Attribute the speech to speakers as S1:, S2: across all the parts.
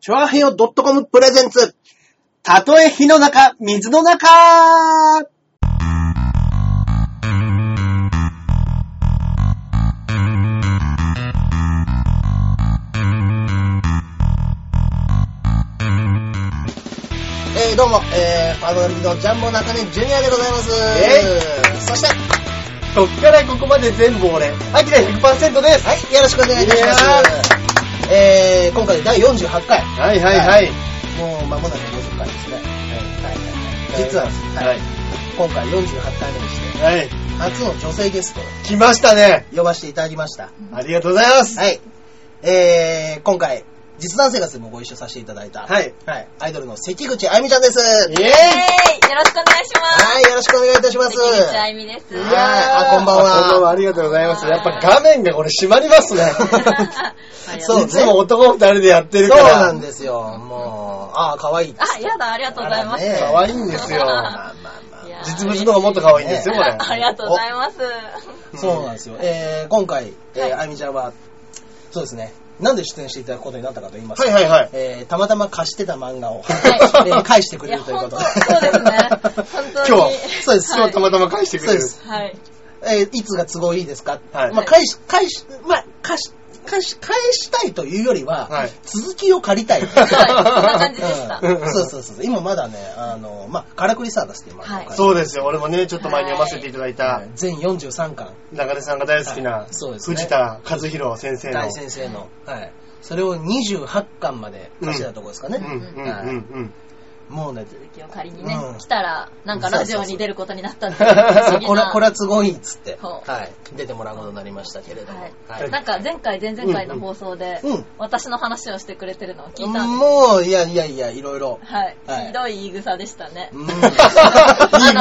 S1: チョアヘヨ .com プレゼンツ。たとえ火の中、水の中
S2: えー、どうも、えー、パーソナリティのジャンボ中根ジュニアでございます。
S1: え
S2: そして、は
S1: そっからここまで全部俺、アキラ100%です
S2: い、よろしくお願いいたします
S1: いや。
S2: えー、今回第48回、
S1: はい
S2: はい
S1: い。
S2: もう間もなく50回ですね。はいはいはい。
S1: 実
S2: 実
S1: は
S2: は、、
S1: は
S2: はいい、。今回48回目にして、
S1: はい。
S2: 初の女性ゲストを
S1: 来ましたね。
S2: 呼ばせていただきました。
S1: ありがとうございます。
S2: はい。えー、今回、実弾生活でもご一緒させていただいた、
S1: はい。
S2: はい、アイドルの関口あゆみちゃんです。
S1: イ
S2: は
S1: ェーイ
S3: イェーイよろしくお願いします。
S2: い、よろしくお願いいたします。
S3: 関口あゆみです。
S2: いやーあこんばんは
S1: あこんばんは、ありがとうございます。やっぱ画面がこれ閉まりますね。
S2: そう
S1: いつも男二人でやって
S2: そう
S1: るから。
S2: なんですよ。もう、ああ、可愛いです。
S3: あ、やだ、ありがとうございます。
S2: あらね
S1: 可愛いんですよ。
S2: まあまあまあ
S3: いやー
S1: 実物の方がもっと可愛いんですよ、これ。
S3: ありがとうございます。
S2: そうなんですよ。えー、今回、え
S3: はい
S2: ー、あゆみちゃんは、そうですね、なんで出演していただくことになったかと言います
S1: は
S2: と、
S1: いはいはい。
S2: えー、たまたま貸してた漫画を、
S3: はい
S2: えー返してく
S3: い
S2: れ
S3: や、
S2: るというこ
S3: 本
S2: と
S3: 当
S2: で。
S3: そうですね。本当に。
S1: 今日は
S2: そうです
S1: 今日たま
S3: は
S1: たま返してくれる。
S2: そうです
S3: い。はい。
S2: えー、いつが都合いいですか、
S1: はい
S2: まあ、返し、返し、まあ、貸し、返し、返したいというよりは、
S1: はい
S2: 続きを借りたい。
S3: はい、そんな感じでした。
S2: うんそうそうそうそう。今まだね、あの、まあ、カラクリサーガスっていう漫画を書いて、
S1: そうですよ。俺もね、ちょっと前に読ませていただいた、
S2: 全43巻、
S1: 中根さんが大好きな、
S2: いそうですね
S1: 藤田和弘先生の。
S2: 大先生の、はい。それを28巻まで貸してたところですか
S1: う
S2: ね。
S1: んうんうんうん。
S2: もうね、
S3: 続きを仮にね、
S2: うん
S3: 来たら、なんかラジオに出ることになったんで、
S2: これ、これは都合いいっつって、
S3: ほう
S2: はい。出てもらうことになりましたけれども。
S3: はい
S2: はい
S3: なんか前回、前々回の放送で、
S2: うん
S3: 私の話をしてくれてるのを聞いたんです。
S2: もう、いやいやいや、いろいろ。
S3: はい。
S2: はい
S3: ひどい言い草でしたね。
S2: うん
S1: 言い草
S3: あの、本当皆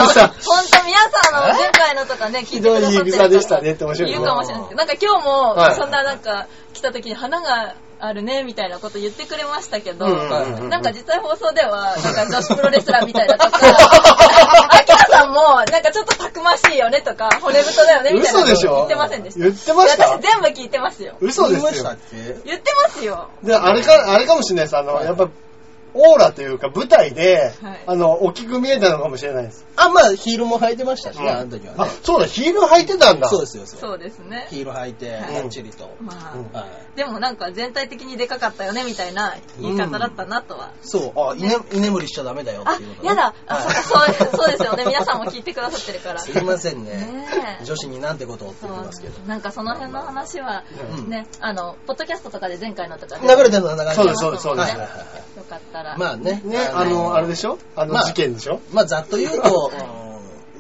S3: さんの前回のとかね、聞いてくださって
S1: ひどい
S3: る
S1: 言い草でしたねって面白いね
S3: 言うかもしれないですけど、なんか今日
S1: はい
S3: も、そんななんか、来た時に花があるね、みたいなこと言ってくれましたけど、
S1: うんうんうんうん
S3: なんか実際放送では、なんか女子プロレスラーみたいだとか、 あきらさんも、なんかちょっとたくましいよねとか、骨太だよね、みたい
S1: 嘘
S3: なこと
S1: でしょ
S3: 言ってませんでした。
S1: 言ってました
S3: いや私全部聞いてますよ。
S1: 嘘で
S2: 言いまし
S1: す
S2: た
S1: よ
S2: っ。け
S3: 言ってますよ。
S1: で、あれか、あれかもしれないです。あの、やっぱ、オーラというか、舞台で
S3: はい、
S1: あの、大きく見えたのかもしれないです。
S2: あ、まあ、ヒールも履いてましたしね、
S1: うん
S2: あの時は
S1: あ
S2: ね。、
S1: そうだ、ヒール履いてたんだ。
S2: そうですよ、そう
S3: そうですね。
S2: ヒール履いて、
S3: はい
S2: がっちりと。
S3: まあ、
S1: うん
S2: はい
S3: でもなんか全体的にでかかったよねみたいな言い方だったなとは。
S2: そう、あ、居ね居眠りしちゃダメだよっ
S3: あ
S2: ていうこ、とね。
S3: やだ。あ、
S2: はい
S3: そうかそう、そうです よね。皆さんも聞いてくださってるから。
S2: すいませんね
S3: ね。え
S2: 女子になんてことをって
S3: そ
S2: 言ってますけど。
S3: うなんかその辺の話は、
S2: うん
S3: ね、あの、ポッドキャストとかで前回のとかで。
S2: 流れてるのは流れて
S1: そう
S2: る
S1: です、そうです、そうで
S2: はい
S1: す
S2: はい。は
S3: よかったら。
S2: い。まあ ね。
S1: ね、あの、あれでしょあの
S2: まあ
S1: 事件でしょ
S2: まあ、ざっと言うと、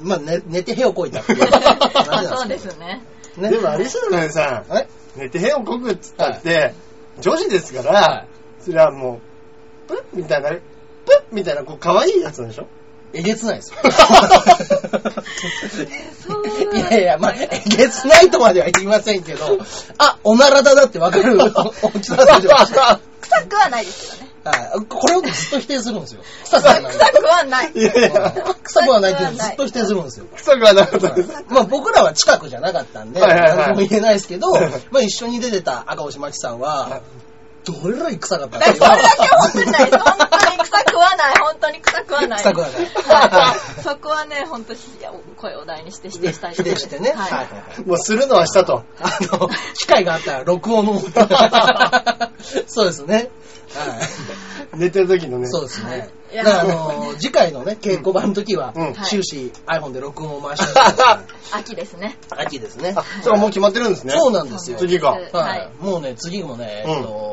S2: うんまあ、寝寝てへをこいた っていう話
S3: あ、
S2: な
S3: そうんで
S2: ですけ
S3: すね。
S2: ど。ね
S1: でもあれですよね、さん。
S2: え
S1: 寝てへをこくっつったって、女子ですから
S2: は、
S1: それはもう、プッみたいな、プッみたいな、こう、可愛いやつなんでしょ
S2: えげつないですよ。
S3: そう
S2: いやいや、まあ、えげつないとまでは言いませんけど、あ、おならだなってわかる 大きさだと。
S3: 臭くはないですよね。
S2: はいこれをずっと否定するんですよ。
S3: 臭
S2: 臭
S3: く はない。
S1: いやいや、
S2: 臭くはないけど、ずっと否定するんですよ。
S1: 臭くはなかったです。
S2: まあ僕らは近くじゃなかったんで、
S1: はいはいはい
S2: 何も言えないですけ ど、まあ一緒に出てた赤星真紀さんは、どれらい臭かった
S3: だからそれだけは本当にない。本当に臭くはない。本当に臭くはない。
S2: 臭くはない
S3: はいそこはね、本当にいや声を大にして否定したい
S2: 否
S3: とこ
S2: 定
S3: ろです
S2: してね。
S3: は
S2: は
S3: い。
S2: いはいはい
S1: もうするのはしたと。
S2: あの、機会があったら録音の 方。そうですね。はい。
S1: 寝てる時のね。
S2: そうですね。
S3: い
S2: だ
S3: や
S2: からあの、次回のね、稽古場の時は
S1: うん、
S2: 終始 iPhone で録音を回してますから
S3: 秋ですね。
S2: 秋ですね
S1: あ。、 それはもう決まってるんですね。
S2: そうなんですよ。
S1: 次が。
S3: うん
S2: はい。もうね、次もね、えっと、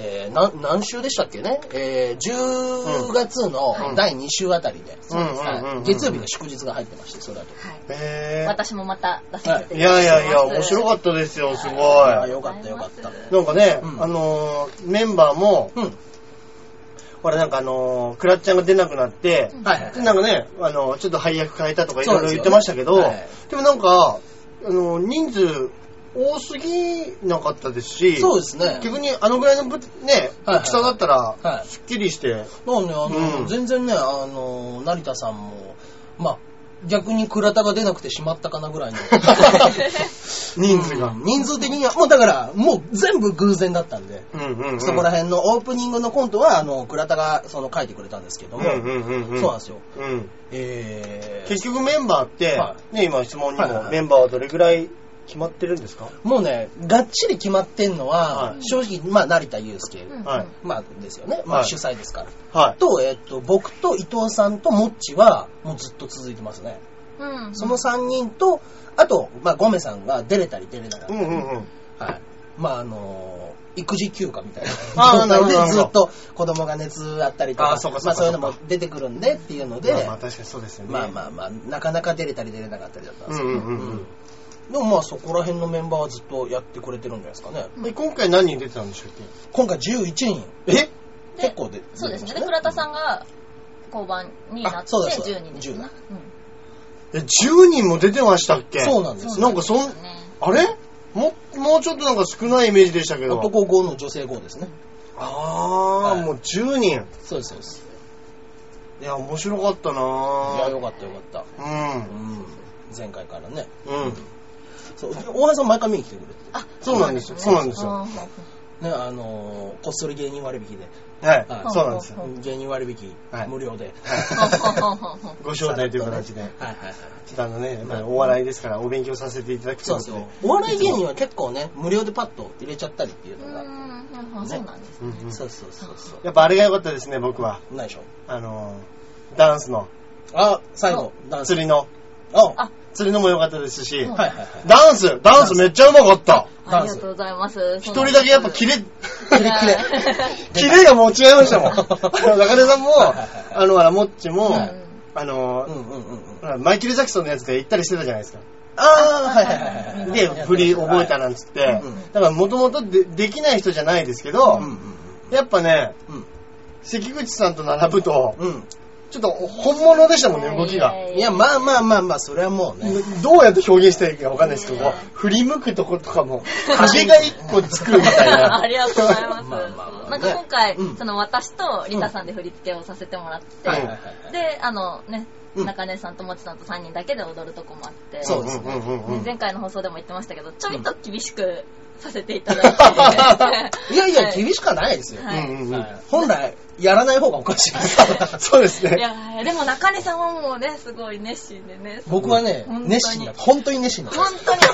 S2: えーな何週でしたっけねえー、10月
S1: うん
S2: の第2週あたりで、
S1: うんうんうんうん
S2: はい月曜日の祝日が入ってまして、それだと。
S3: はい。
S1: へー
S3: 私もまた出させて
S1: いやいやいや、面白
S3: っ
S1: かったですよ、すごい。
S2: あ
S1: な
S2: よかったよかった。
S1: んかね、
S2: うん
S1: あのー、メンバーも、
S2: うん。
S1: ほらなんかあのー、クラッチャンが出なくなって、
S2: はいはいはい。
S1: なんかね、あのー、ちょっと配役変えたとかい
S2: そう
S1: ろ
S2: ですよね
S1: いろ言ってましたけど、で
S2: はい
S1: もなんか、あのー、人数多すぎなかったですし、
S2: そうですね。
S1: 逆にあのぐらいのぶ、ね、
S2: はいはい
S1: 大きさだったら、
S2: はい。
S1: すっきりして、
S2: なんで、あの、
S1: うん
S2: 全然ね、あの、成田さんも、まあ、逆に倉田が出なくてしまったかなぐらいの。
S1: 人数が
S2: う。ん人数的には、もうだから、もう全部偶然だったんで、
S1: うんうんうん。
S2: そこら辺のオープニングのコントは、あの、倉田がその書いてくれたんですけども、
S1: うんうんうんうん。
S2: そうなんですよ。
S1: うん。
S2: えー、
S1: 結局メンバーって、
S2: は
S1: ね、今質問に
S2: はいはいは
S1: も
S2: い
S1: メンバーはどれぐらい決まってるんですか
S2: もうね、がっちり決まってんのは、
S1: はい
S2: 正直、まあ、成田悠介、
S3: うん
S1: はい。
S2: まあ、ですよね。ま
S1: は
S2: あ、
S1: い
S2: 主催ですから。
S1: は
S2: と、えっ、と、僕と伊藤さんとモッチは、もうずっと続いてますね。
S3: うん。
S2: その3人と、あと、まあ、ゴメさんが出れたり出れなかっ
S1: い。
S2: た
S1: うん
S2: り、
S1: うんうん。
S2: はい。まあ、あのー育児休暇みたいな
S1: あー
S2: 状態で
S1: なるほどなるほ
S2: ず
S1: ど
S2: っと子供が熱あったりと
S1: あ
S2: か
S1: ーそうか、そう
S2: まあ
S1: か
S2: そういうの
S1: そう
S2: も
S1: か
S2: 出てくるんでっていうので、
S1: まあまあ確かにそうですよね。
S2: まあまあまあ、なかなか出れたり出れなかったりだったん
S1: う
S2: です
S1: ん
S2: けど、
S1: うんうんうん。
S2: でもまあそこら辺のメンバーはずっとやってくれてるんじゃないですかね。
S1: え今回何人出てたんでしょうっ
S2: 今回11人。
S1: けえ
S3: で
S2: 結構で
S3: そうですね。
S2: 出てまし
S3: で、
S2: たね
S3: 倉田さんが交番になっ
S2: あ
S3: て
S2: そうだそうだ
S3: 10人ですね。うん
S1: え、10人も出てましたっけ
S2: そうなんです
S1: なんかそん
S3: そうです、ね
S1: あれも、もうちょっとなんか少ないイメージでしたけど。
S2: 男5の女性5ですね。
S1: あ
S2: は
S1: ー、
S2: い
S1: もう10人。
S2: そうです、そうです。
S1: いや、面白かったない
S2: や、よ
S1: ぁ。
S2: かったよかった。う。
S1: うん
S2: 前回からね。
S1: ん。うん。
S2: そう、大橋さん毎回見に来てくれて。
S3: あ
S1: そうなんですよ。そうなんですよ。
S3: うん
S2: ね、あのーこっそり芸人割引で、
S1: はい
S2: は。い
S1: そうなんですよ。
S3: うん
S2: 芸人割引
S1: はい
S2: 無料で。
S1: ご招待という形 で。
S2: はいはいはい。
S1: ちょっとあのね、やっぱりお笑いですから、お勉強させていただく
S2: そう
S1: と
S2: なんです
S1: いう
S2: よ
S1: こ。
S2: お笑い芸人は結構ね、無料でパッと入れちゃったりっていう
S3: う
S2: のが。
S3: んなるほどそうなんです
S1: とで。うんうん
S2: そうそうそうそう。
S1: やっぱあれが良かったですね、僕は。
S2: ないでしょ。
S1: あのー、ダンスの、
S2: あ、最後、ダンス。
S1: 釣りの、
S2: あ、
S3: あ
S2: は
S1: 釣りのも良かったですし、
S3: うん
S2: いはいはい。
S1: ダンスダンスめっちゃうまかった
S3: ありがとうございます。
S1: 一人だけやっぱキレ、
S3: キ
S1: キ
S3: レ
S1: レ
S3: キ
S1: キ
S3: レ
S1: レ。 キレがもう違いましたもん。あの中根さんも、
S2: はいはいはい
S1: あの、ほら、もっちも、
S2: は
S1: あの
S2: う、んうんうんうん。
S1: ほらマイケル・ジャクソンのやつで行ったりしてたじゃないですか。
S2: ああ、はいはいはいはい。
S1: で、振り覚えた
S2: ら。
S1: なんつって
S2: う。ん
S1: だから、もともとでできない人じゃないですけ
S2: う
S1: ど
S2: ん、うん
S1: やっぱね、
S2: うん。
S1: 関口さんと並ぶと、
S2: うん。
S1: ちょっと本物でしたもんね、動きが。
S2: いや、まあまあまあまあ、それはもうね。
S1: どうやって表現していいかわかんないですけど、
S3: ね
S1: こう振り向くとことかも、影が一個つくみたいな。
S3: ありがとうございます。
S2: まあまあまあ
S3: なんか今回、
S2: うん
S3: その私とリタさんで振り付けをさせてもらって、
S2: はいはいはい。
S3: で、あのね、
S2: うん
S3: 中根さんともちさんと3人だけで踊るとこもあって、
S2: そうですね
S1: んんうんうん
S3: ね前回の放送でも言ってましたけど、ちょいと厳しくさせていただい て。
S2: いやいや、
S3: し
S2: 厳しくはないですよ。
S3: は
S1: うんうんうん
S2: はい本来、やらない方がおかしいですから。
S1: そうです
S3: い。い
S1: ね。
S3: や、でも中根さんはもうね、すごい熱心でね、
S2: 僕はね
S3: 本当、に
S2: 熱心だ。本当に熱心だ。
S3: 本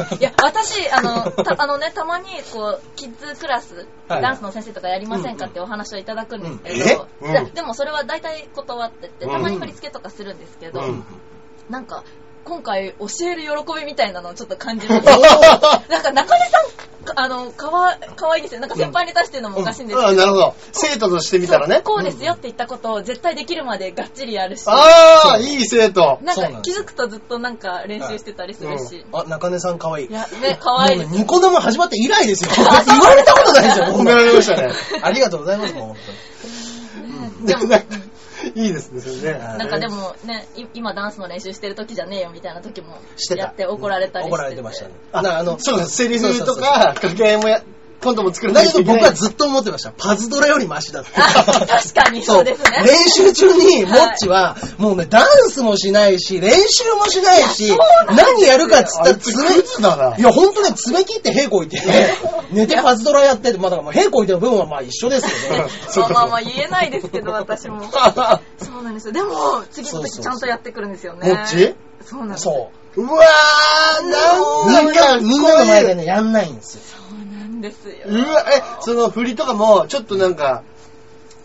S3: 当に、いや、私、あの、 たあのね、たまに、こう、キッズクラス、
S2: はい
S3: ダンスの先生とかやりませんかってお話をいただくんですけど、
S1: うんえ
S3: で
S1: うん
S3: でもそれは大体断ってて、
S1: うん
S3: たまに振り付けとかするんですけど、
S1: うん
S3: なんか、今回教える喜びみたいなのをちょっと感 じる。なんか中根さん、かあの、かわ、かわいいですよ。なんか先輩に対して言うのもおかしいんですけど、
S1: あなるほど。生徒としてみたらね。
S3: こうですよって言ったことを絶対できるまでがっちりやるし、
S1: ああ、いい生徒。
S3: なん
S2: そうな
S3: か
S2: んで
S3: 気
S2: すよ
S3: づくとずっとなんか練習してたりするし、
S2: あ、中根さんかわいい。
S3: いや、ね、かわいいです
S2: もうねニコ生始まって以来ですよ。言われたことないですよ。
S1: 褒められましたね。
S2: ありがとうございます、もう本
S3: でも
S1: なんかいいですね、それね。
S3: なんかでもね、い今ダンスの練習してる時じゃねえよみたいな時も
S2: してた
S3: やって怒られた
S2: 当
S3: り
S2: に。
S3: し
S2: 怒
S3: て
S2: られてましたね。
S1: あ、な
S2: な
S1: あ
S2: あ
S1: の、
S2: の、
S1: そうです。セリフ
S2: そうそ
S1: と
S2: うそう
S1: か、掛け合いもや、コントも作る
S2: だけど僕はずっと思ってました。パズドラよりマシだって。
S3: あ 確かにそうですね
S2: そう練習中に、モッチは、もうね、ダンスもしないし、練習もしないし、何やるかっつった
S1: あ
S2: ら
S1: いつク
S2: 爪、
S1: ズだな。
S2: いや、ほんとね、爪切って平行いて、寝てパズドラやってて、まあだからもう平行いての部分はまあ一緒ですけどね。
S1: そう
S3: まあまあまあ言えないですけど、私 も。そうなんですよ。でも、次の時ちゃんとやってくるんですよね。
S1: もっち
S3: そうなんです
S2: そう。
S1: うわー、なん
S2: みん
S1: だか
S2: な、
S1: っこいい
S2: みんなの前でね、やんないんですよ。
S3: そうなんですよ。
S1: うわ、え、その振りとかも、ちょっとなんか、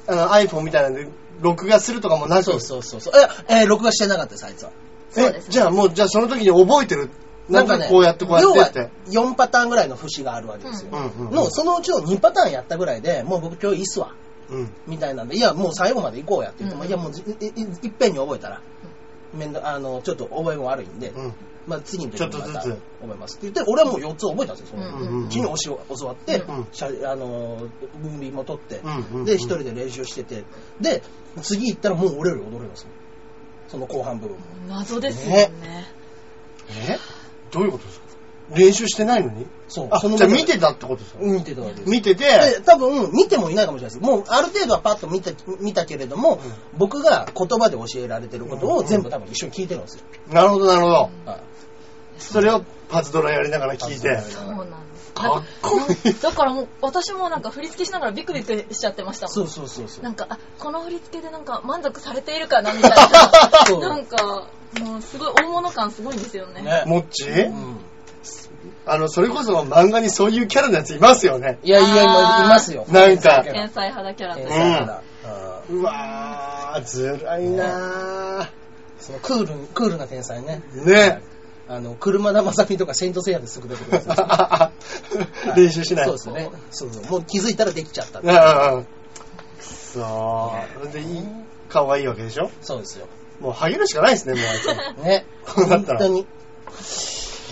S1: あの、iPhone みたいなんで、録画するとかもなく。
S2: そうそうそうそう。え、えー録画してなかったです、あいつは。
S3: そうです
S1: えじゃあもう、じゃあその時に覚えてる。なんかこうやってこうやってって。
S2: 要は4パターンぐらいの節があるわけですよ。
S1: うんうんうん
S2: の、そのうちの2パターンやったぐらいで、もう僕今日いいっすわ。
S1: うん。
S2: みたいなんで、いや、もう最後まで行こうやって言っても、
S3: うん
S2: いや、もうじいいいっぺんに覚えたら、めんど、あの、ちょっと覚えも悪いんで、
S1: うん。
S2: まあ次の時にま
S1: ちょったとずつ
S2: 覚えますって言って、俺はもう4つ覚えたんですよ、その
S3: うん
S1: うんうん
S2: 木に教わって
S1: うん、
S2: しゃあの、分離も取って
S1: うんうんう、ん
S2: で、一人で練習してて、で、次行ったらもう俺より踊れますよその後半部分も。
S3: 謎ですよね。
S1: えどういうことですか練習してないのに
S2: そう。
S1: あ、
S2: その
S1: じゃあ見てたってことですか
S2: 見てたわけです。
S1: 見てて、
S2: で多分、見てもいないかもしれないです。もう、ある程度はパッと見た、見たけれども、僕が言葉で教えられてることを全部多分一緒に聞いてるんですよ。
S1: なるほどなるほど。
S2: はい
S1: それをパズドラやりながら聞いて。
S3: そうなんです。
S1: かっこいい。
S3: だからもう、私もなんか振り付けしながらビクビクしちゃってましたもん。
S2: そうそうそうそう。
S3: なんか、あ、この振り付けでなんか満足されているかなみたいな。
S2: そう
S3: なんか、もうすごい大物感すごいんですよね。
S2: ね。
S1: もっち
S2: うん
S1: あの、それこそ漫画にそういうキャラのやついますよね。
S2: いやいや、今、い
S3: あー
S2: ますよ。
S1: なんか
S2: 天
S3: 天才肌キャラと
S2: 才
S3: い
S1: え
S3: うか。
S2: だからうん
S1: うわー、ずるいな
S2: そのクール、クールな天才ね。
S1: ー。ね。
S2: あの、車田正美とかセイントセイヤですぐ出てくるやつです
S1: 練習しない。
S2: そうですね。そうそう。もう気づいたらできちゃったって
S1: う。んうんうん。くそー。それでいい、かわいいわけでしょ
S2: そうですよ。
S1: もうハゲるしかないですね、もうあいつ。
S2: ね。
S1: こうなったら
S2: 本当に。
S1: い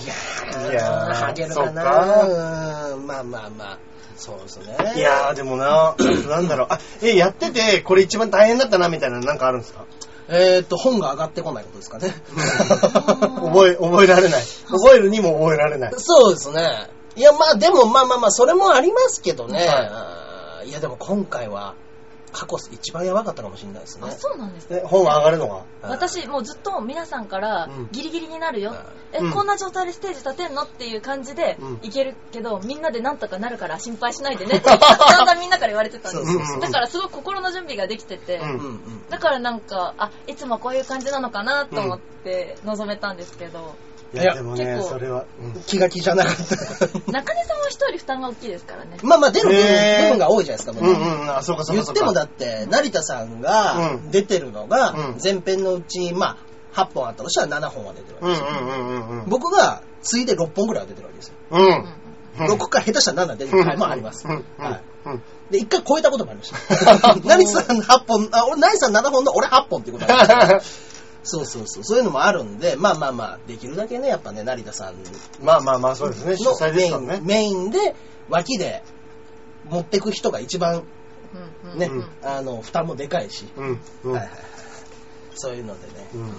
S2: い
S1: や
S2: や
S1: ー
S2: ー、ハゲるかな
S1: そっ
S2: うーんまあまあまあ。そうですね。
S1: いやー、でもな、なんだろう。あ、え、やってて、これ一番大変だったな、みたいなのなんかあるんですか
S2: えーっと、本が上がってこないことですかね。
S1: 覚え、覚えられない。覚えるにも覚えられない。
S2: そうですね。いや、まあでも、まあまあまあ、それもありますけどね。
S1: はい
S2: あーい、や、でも今回は、過去一番やばかったかもしれないですね
S3: あ、。そうなんですか。
S1: え本は上がるのが
S2: うん
S3: 私、もうずっと皆さんから
S1: うん、
S3: ギリギリになるよ。え、
S1: うん
S3: こんな状態でステージ立てんのっていう感じで
S1: うん、
S3: いけるけど、みんなでなんとかなるから心配しないでねって、 だんだんみんなから言われてたんです
S1: そうそうそう
S3: よ。だからすごい心の準備ができてて、
S1: うん
S2: うんうん。
S3: だからなんか、あ、いつもこういう感じなのかなと思って臨めたんですけど、
S2: い
S1: いや、
S2: や
S1: でもね、
S3: 結構
S1: それは。うん
S2: 気が気じゃなかった。
S3: 中根さんは一人負担が大きいですからね。
S2: まあまあ、出る部分,、
S1: えー
S2: 部分が多いじゃないですか、
S1: うんうん、あ、そうかそう
S2: 言
S1: か
S2: っ
S1: そうか。
S2: てもだって、成田さん
S1: う
S2: が
S1: ん
S2: 出てるの
S1: う
S2: が
S1: ん、
S2: 前編のうち、まあ、8本あったとしたら7本は出てるわ
S1: う
S2: け
S1: ん
S2: で
S1: う
S2: すよ。
S1: んうんうんうん。
S2: 僕が、ついで6本ぐらいは出てるわけですよ。
S1: う
S3: うん
S1: ん。
S2: 6から下手したら7出てるのもあります。
S1: うん
S2: はい。
S1: うん
S2: で、1回超えたこともありま した。成田さん8本、あ、俺、成田さん7本の俺8本ってことありましたそうそうそう。そういうのもあるんで、まあまあまあ、できるだけね、やっぱね、成田さん
S1: まあまあまあ、そうですね。主催
S2: の
S1: で
S2: メ
S1: す
S2: イ
S1: から
S2: ン、
S1: ね。
S2: メインで、脇で持ってく人が一番
S3: うんうん
S2: ね、
S1: うん
S2: あの、負担もでかいし、
S1: うん。うん
S2: はいはいはいそういうのでね。
S1: うん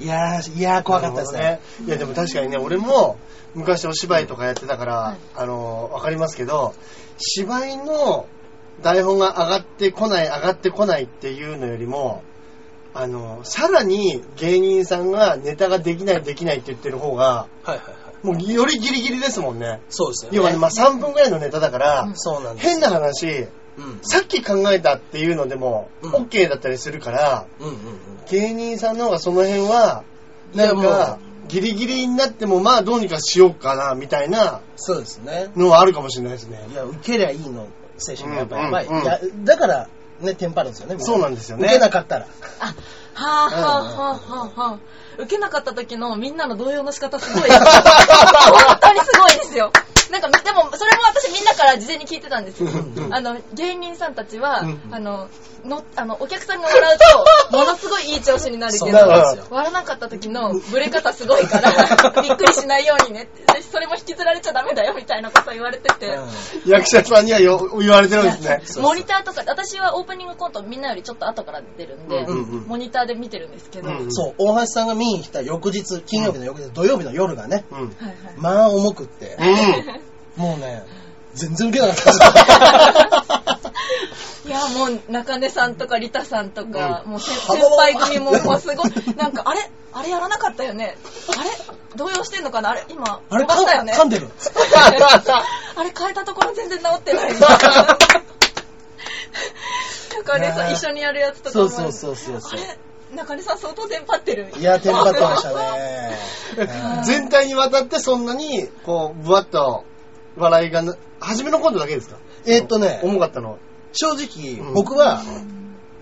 S2: いやー、いやー、怖かったですね。
S1: なるほどいや、でも確かにね、俺も昔お芝居とかやってたから、
S3: はい
S1: あのー、わかりますけど、芝居の台本が上がってこない、上がってこないっていうのよりも、あのー、さらに芸人さんがネタができない、できないって言ってる方が、
S2: はいはいはい。
S1: もうよりギリギリですもんね。
S2: そうですよね。
S1: 要はね、まあ3分ぐらいのネタだから、
S3: うん
S2: そうなんです。
S1: 変な話、
S2: うん。
S1: さっき考えたっていうのでも、
S2: うん
S1: OK だったりするから、
S2: うんうんうん。
S1: 芸人さんの方がその辺は、
S2: ね
S1: なんか、ギリギリになっても、まあどうにかしようかな、みたいな
S2: そうですね。
S1: のはあるかもしれないですね。
S2: いや、受けりゃいいの、精神がやっぱやばい。
S1: うんうんうん
S2: いや、だから、ね、テンパるんですよね。み
S1: そうなんですよね
S2: 受けなかったら。
S3: あ、はぁ、はぁ、はぁ、はぁ、はぁ。受けなかった時のみんなの動揺の仕方すご い。本当にすごいですよ。なんか、でも、それも私みんなから事前に聞いてたんですよ
S1: うんう。ん
S3: あの、芸人さんたちは
S1: うん、
S3: あの、の、あの、お客さんが笑うと、ものすごいいい調子になる
S2: そ
S3: け
S2: う
S3: ど、
S2: なんですよ。
S3: 笑わなかった時のブレ方すご いから、びっくりしないようにねって、それも引きずられちゃダメだよみたいなこと言われてて。
S1: 役者さんにはよ言われてるんですね。
S2: そうそう
S3: モニターとか、私はオープニングコントみんなよりちょっと後から出るん
S1: う
S3: で、
S1: んうんうん
S3: モニターで見てるんですけど、
S1: うん
S3: はい
S2: うんそう、大橋さんが見に来た翌日、金曜日の翌日、土曜日の夜がね、
S1: うん。うん。
S3: はい。
S2: まあ重くって、 もうね、全然受けなかった
S3: いや、もう中根さんとかリタさんとか、もう先
S2: 幅
S3: 先
S2: は
S3: 輩組も、もうすごい、なんかあれあれやらなかったよねあれ動揺してんのかなあれ今、
S2: あれ、
S3: 飛ばしたよね
S2: 噛んでる。
S3: あれ変えたところ全然治って ない。中根さん一緒にやるやつとか
S2: そ
S3: も。
S2: うそうそうそう
S3: あ
S2: そう。
S3: れ中根さん相当テンパってる。
S2: いや、テンパってましたね。
S1: うん全体にわたってそんなに、こう、ぶわっと、笑いがな、初めのコントだけですか
S2: えーっとね、
S1: 重かったのは。
S2: 正直、
S1: うん
S2: 僕は、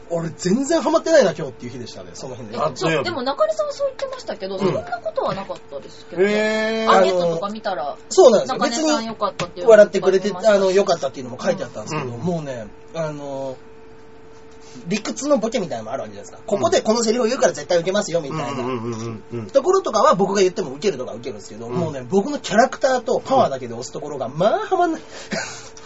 S2: 俺全然ハマってないな、今日っていう日でしたね、その辺で。
S1: あ
S3: そうでも中根さんはそう言ってましたけど、
S1: うん
S3: そんなことはなかったですけど、ね
S1: え
S3: アン
S1: ー。
S3: ケートとか見たら、
S2: そうなんですよ。
S3: 中根
S2: 別
S3: さん良
S2: に
S3: かったっていう
S2: 笑ってくれて、
S3: のが
S2: あ
S3: ありま
S2: の、
S3: した
S2: 良かったっていうのも書いてあったんですけど、
S1: うん
S2: もうね、あの、理屈のボケみたいなのもあるわけじゃないですか。ここでこのセリフを言うから絶対受けますよ、み
S1: うん
S2: たいな。
S1: うんうんうんうん。
S2: ところとかは僕が言っても受けるとか受けるんですけど、
S1: うん
S2: もうね、僕のキャラクターとパワーだけで押すところが、まあ、はまんない。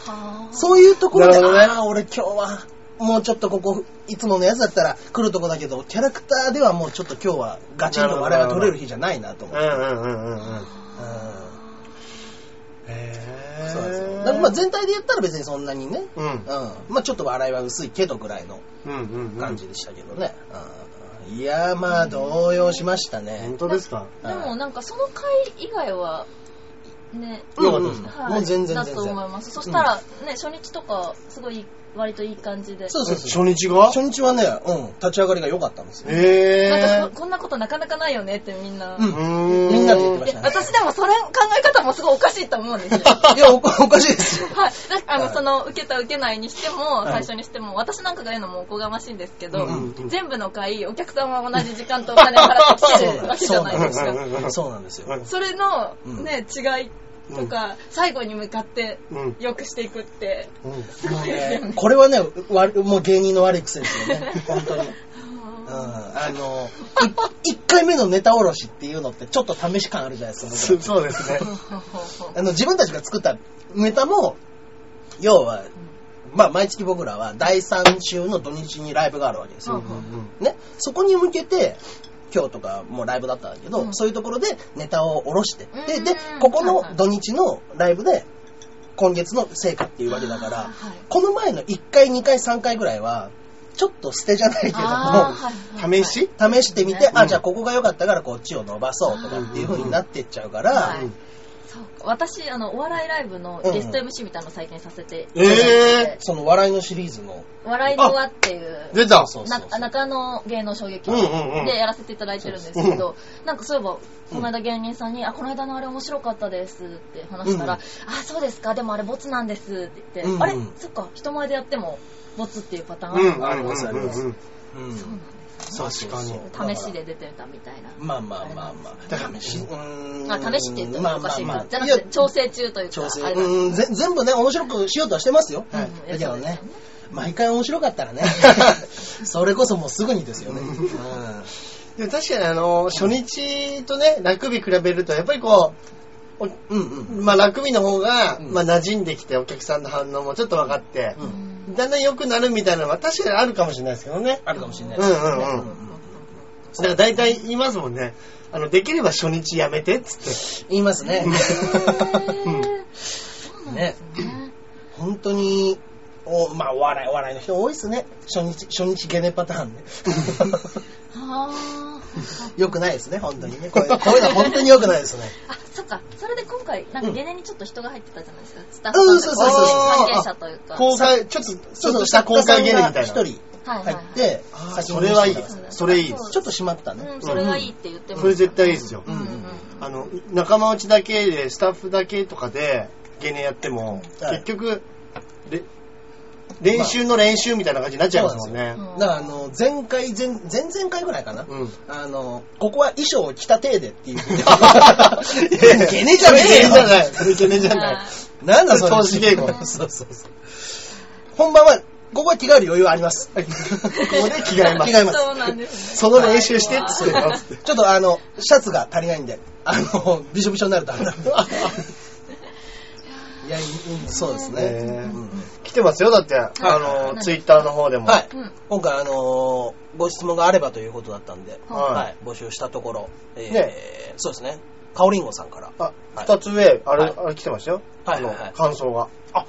S3: はあ
S2: そういうところで、
S1: なるほどね
S2: ああ、俺今日は、もうちょっとここ、いつものやつだったら来るとこだけど、キャラクターではもうちょっと今日はガチンと笑いが取れる日じゃないなと
S1: う
S2: 思
S1: ん
S2: う。
S1: うんうんうんうん。
S2: うん
S1: へぇ
S2: そうなんですよ。だからまあ全体で言ったら別にそんなにね、
S1: うん
S2: うん。まあちょっと笑いは薄いけどぐらいの
S1: うんうんうん。
S2: 感じでしたけどね。うんいやーまあ動揺しましたね
S1: 本。当ですか
S3: でもなんかその回以外は、ね、
S1: うんよかったですね
S3: はい、
S2: もう全然
S3: だ
S2: 全
S3: と思い
S2: 然。
S3: ます。そしたらね、初日とか、すごい、割といい感じで。
S2: そうそうそう。
S1: 初日が
S2: 初日はね、うん、立ち上がりが良かったん ですよ。
S3: な
S1: え
S3: んかここんなことなかなかないよねってみんな。
S2: うん
S1: ぇー。
S2: みんなで言ってま
S3: で
S2: したね。
S3: 私でもそれ考え方もすごいおかしいと思うんですよ。
S2: いや、おかおかしいですよ。
S3: はい。だからあの、
S2: はい
S3: その、受けた受けないにしても、
S2: はい
S3: 最初にしても、私なんかが言うのもおこがましいんですけど、
S1: うんうんうん
S3: 全部の回、お客さんは同じ時間とお金を払ってきてるわけじゃないです
S1: そうな
S3: か。
S1: んですよ
S2: そうなんですよ。
S3: それの
S2: うん、
S3: ね、違いとか、最後に向かって、
S1: うん。うん。
S3: 良くしていくって、
S1: う
S3: すごいですよね。
S2: これはね、わもう芸人の悪い癖ですよね。本当に。うん、
S3: あ
S2: あの、い一回目のネタおろしっていうのってちょっと試し感あるじゃないですか
S1: ん
S2: 僕
S1: そ
S2: ら。
S1: そうですね。
S3: ーほうほうほう
S2: あの、自分たちが作ったネタも、要は、まあ、毎月僕らは第3週の土日にライブがあるわけですよ。
S3: うん
S2: ね、そこに向けて、今日とかもうライブだったんだけど、
S3: うん
S2: そういうところでネタを下ろしてって、
S3: うん
S2: で、ここの土日のライブで、今月の成果っていうわけだから、
S3: あーはい
S2: この前の1回、2回、3回ぐらいは、ちょっと捨てじゃないけども、
S3: あーはいはいはい
S1: 試し
S2: 試してみて、
S3: ね
S2: あ、じゃあここが良かったからこっちを伸ばそうとかっていう風になってっちゃうから、
S3: はいそうか私あのお笑いライブのゲスト MC みたいなのを最近させていただいて
S1: え
S2: その笑いのシリーズの、
S3: 笑いの輪っていう
S1: ぇー。出た
S2: そう
S3: な中野芸能衝撃
S1: うんうんうん
S3: でやらせていただいてるんですけど、なんかそういえば、この間芸人さんに、あ、この間のあれ面白かったですって話したら、
S2: うん
S3: あ、そうですか、でもあれボツなんですって言って、
S2: うんうん
S3: あれ、そっか、人前でやってもボツっていうパターン
S1: うんうん
S3: があるん
S1: う
S3: で
S1: ん
S3: す
S1: うんうんうん。
S2: うん
S3: そうなん
S2: そうそうそう
S1: 確
S3: ですよ。試しで出てたみたいな。
S2: まあまあまあまあ。
S1: だから
S2: し、うーん
S3: あ、試しって言ったらおかしい
S2: まあま
S3: か
S2: あ。ま
S3: じ
S2: あ
S3: ゃな
S2: や
S3: いくて、調整中というか、
S2: 調整。
S3: あれだ
S2: うん、ぜ全部ね、面白くしようとはしてますよ。
S1: はい
S3: うん
S2: だけど
S3: いや
S2: ね
S3: そうですよね、
S2: 毎回面白かったらね、それこそもうすぐにですよね。うん
S1: でも確かにあの、初日とね、ラグビー比べると、やっぱりこ
S2: うんう
S1: う、
S2: ん。
S1: まあラグビーの方が、
S2: うん
S1: まあ馴染んできて、お客さんの反応もちょっと分かって、
S2: う
S3: うんん
S1: だんだん良くなるみたいなのは確かにあるかもしれないですけどね。
S2: あるかもしれない
S1: うん
S2: で
S1: う
S2: すね。
S1: んうん。
S2: うんうん
S1: だから大体言いますもんね。あの、できれば初日やめてっつっ
S2: 言いますね。
S1: うん
S3: そ うなんですね。
S2: 本当に、お、まあ、お笑い、お笑いの人多いですね。初日、初日ゲネパターンね。
S3: あー
S2: よくないですね、本当にね。こういうこういうのは本当によくないですね。
S3: あ、そっか。それで今回、なんか芸人にちょっと人が入ってたじゃないですか。スタッ
S2: うん
S3: フ
S2: そ
S3: さ
S2: うん
S3: と
S2: そう
S3: か
S2: そう
S3: 関係者という
S1: て。
S3: か。
S1: 公開、ちょっと、ちょっとした公開芸人みたいな。
S2: 一人
S3: はいは
S2: 入
S3: い、は
S2: っ
S3: い。
S2: て
S1: あ、ー
S2: 先
S1: そ
S2: に
S1: れはいい
S2: ちょ。
S1: それいいです。
S2: っと閉まったね
S3: う。ん、それがいいって言ってました、
S1: それ絶対いいですよ
S3: うんうんうん
S1: あの、仲間内だけで、スタッフだけとかで芸人やっても、
S2: はい
S1: 結局、れ練習の練習みたいな感じになっちゃいますもんね
S3: そう。
S2: だから、あの、前回、前、前々回ぐらいかな。
S1: うん。
S2: あの、ここは衣装を着た体でっていう。
S1: いや
S2: ゲネじゃねえ
S1: ゲネじゃ
S2: よ
S1: ない。それゲネじゃない。
S2: なんだそれ。
S1: 投資稽古
S2: そうそうそう。本番は、ここは着替える余裕はあります。ここ
S1: ここで着替えます
S2: 着替えます。
S3: そうなんですね。
S1: その練習してっつってよ。
S2: ちょっとあの、シャツが足りないんで、あの、びしょびしょになるとダメなんで。 いや、うんそうですね。
S1: ね
S2: うん
S1: 来てますよ、だって。あ
S3: は
S1: の、
S3: い
S1: ツイッターの方でも。
S2: はい。
S3: うん
S2: 今回、あのーご質問があればということだったんで、
S1: はい
S2: はい、募集したところ、えー
S1: ね
S2: そうですね、かおりんごさんから、
S1: あ、
S2: はい
S1: 二つ上、あれ、
S2: はい
S1: あれ来てましたよ。
S2: はい
S1: あの
S2: はい
S1: 感想が。
S2: あ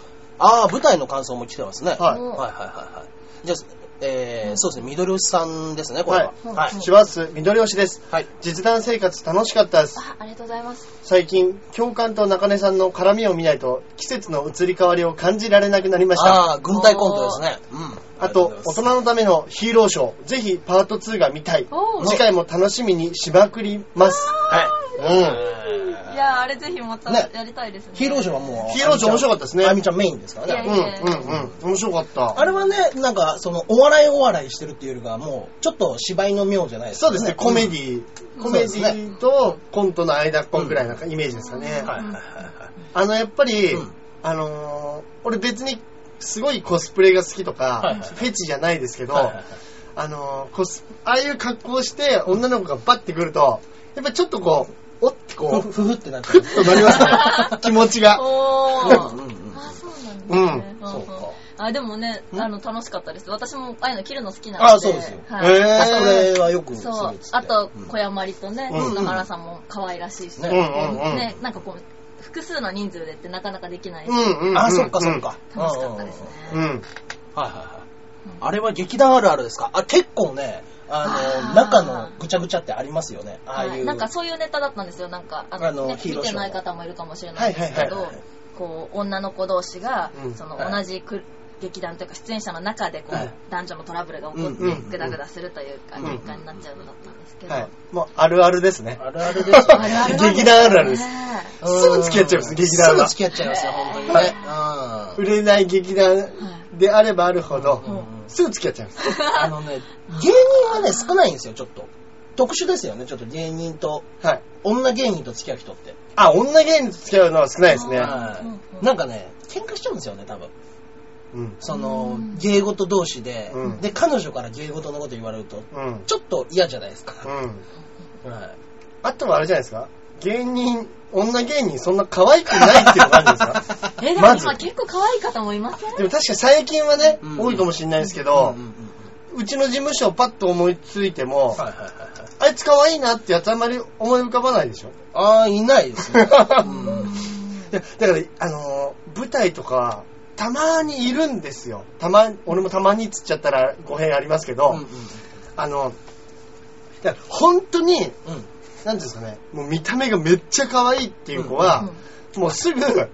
S2: あ、舞台の感想も来てますね。
S1: はい
S2: はいはいはいはい。じゃあ、えー
S3: うん
S2: そうですね、みどりおしさんですね、これは。
S3: はい
S2: はい。
S1: します、緑推しです。
S2: はい。
S1: 実弾生活楽しかったです。
S3: あ、ありがとうございます。
S1: 最近、教官と中根さんの絡みを見ないと、季節の移り変わりを感じられなくなりました。あ
S2: ああ、軍隊コントですね。うん。
S1: と、大人
S2: の、
S1: のためのヒーローショー、ぜひパート2が見たい。
S3: おー
S1: 次回も楽しみにしまくります。うん。
S2: はい。
S3: いやー、あれぜひまた
S2: ね
S3: やりたいですね。
S2: ヒーローショーはもう、
S1: ヒーローショー面白かったですね
S2: あみちゃんメインですからね。
S3: いやい
S1: うん、
S3: や
S1: うん、う
S3: ね
S1: ん。面白かった。
S2: あれはね、なんか、その、お笑いお笑いしてるっていうよりかは、もう、ちょっと芝居の妙じゃないですか、
S1: そうですね、コメデ
S2: ィ。
S1: ィ、
S2: ん
S1: コメディとコントの間っこぐらいなイメージですかね。
S2: はいはいはい
S1: あの、やっぱり、
S2: うん
S1: あのー俺別にすごいコスプレが好きとか、
S2: はいはい
S1: フェチじゃないですけど、
S2: はいはいはい。
S1: あのーコス、ああいう格好をして女の子がバッてくると、やっぱちょっとこう、おってこ
S2: ふ
S1: う、
S2: ふふってなっち
S1: ふ
S2: ゃ
S1: っとなります ね、気持ちが。
S3: お
S2: う。うん
S3: ー。
S2: うんうん。
S3: あ、そうなんです
S1: う
S3: ね。
S1: ん
S3: ん
S2: そうか
S3: あ、でもね、
S2: ん
S3: あの、楽しかったです。私も、ああいうの切るの好きなんで。
S2: あそうですよ
S3: はい。
S1: へー
S2: コスプレはよくする
S3: そう
S2: っつっ。て
S3: あと
S2: う、ん
S3: 小山里とね、
S1: うん
S3: 篠原さんも可愛らしいし。
S2: ね
S1: うんうんうん。
S3: ね、なんかこう、複数の人数でってなかなかできないし、
S1: うんうんうん。
S2: あ、そっかそっか。
S3: 楽しかったですね。
S1: うん。
S2: うん。はいはいはい。あれは劇団あるあるですかあ、結構ね、あの、
S3: あー
S2: 中のぐちゃぐちゃってありますよね。ああ
S3: はいい、
S2: う。
S3: なんかそういうネタだったんですよ。なんか、あの、
S2: あの
S3: ね、
S2: ヒー
S3: 見
S2: ローショ
S3: て
S2: ー
S3: ない方もいるかもしれないですけ
S2: はい
S3: ど
S2: はいはいはい、
S3: こう、女の子同士が、
S1: うん
S3: その、
S2: はい
S3: 同じく劇団というか出演者の中で、こう、
S1: はい
S3: 男女のトラブルが起こっ
S2: うんうんうん
S3: て、グダグダするというか、
S1: うんうん
S3: 喧嘩になっちゃうのだったんですけど、
S1: はい。もう、あるあるですね。
S2: あるあるですよ
S3: ある
S2: ね。
S3: あるなんです
S1: 劇団あるあるです
S3: ね
S1: すぐ付き合っちゃいます劇
S2: す
S1: 団
S2: ぐ
S1: は
S2: 付き合っちゃいますよ、本当にね。
S1: 売れない劇団であればあるほ
S2: うん
S1: ど、すぐ付き合っちゃいます。
S2: うんあのね、芸人はね、少ないんですよ、ちょっと。特殊ですよね、ちょっと芸人と、
S1: はい。
S2: 女芸人と付き合う人って。
S1: あ、女芸人と付き合うのは少ないですね。
S2: は
S3: うんう
S2: い。
S3: ん
S2: なんかね、喧嘩しちゃうんですよね、多分。
S1: うん。
S2: その
S3: うん、
S2: 芸事同士で
S1: う、ん
S2: で、彼女から芸事のこと言われると、
S1: うん。
S2: ちょっと嫌じゃないですか。
S1: うん。
S2: はい。
S1: あとはあれじゃないですか芸人、女芸人そんな可愛くないっていうのがある んですか
S3: え、でも
S1: まず
S3: 今結構可愛い方もいません
S1: でも確かに最近はね、
S2: うん
S1: 多いかもしれないですけ
S2: うん
S1: ど
S2: うんう、んうん
S1: うちの事務所をパッと思いついても、
S2: はいはいはいはい。
S1: あいつ可愛いなってやつあんまり思い浮かばないでしょ
S2: ああ、いないです ね。うん
S1: いや だから、あのー舞台とか、たまにいるんですよ。たま、俺もたまにっつっちゃったら語弊ありますけど、
S2: うんうん
S1: あの、だから本当に、
S2: うん。
S1: なんていうんですかね、もう見た目がめっちゃ可愛いっていう子は、もうすぐ、
S2: はいはい。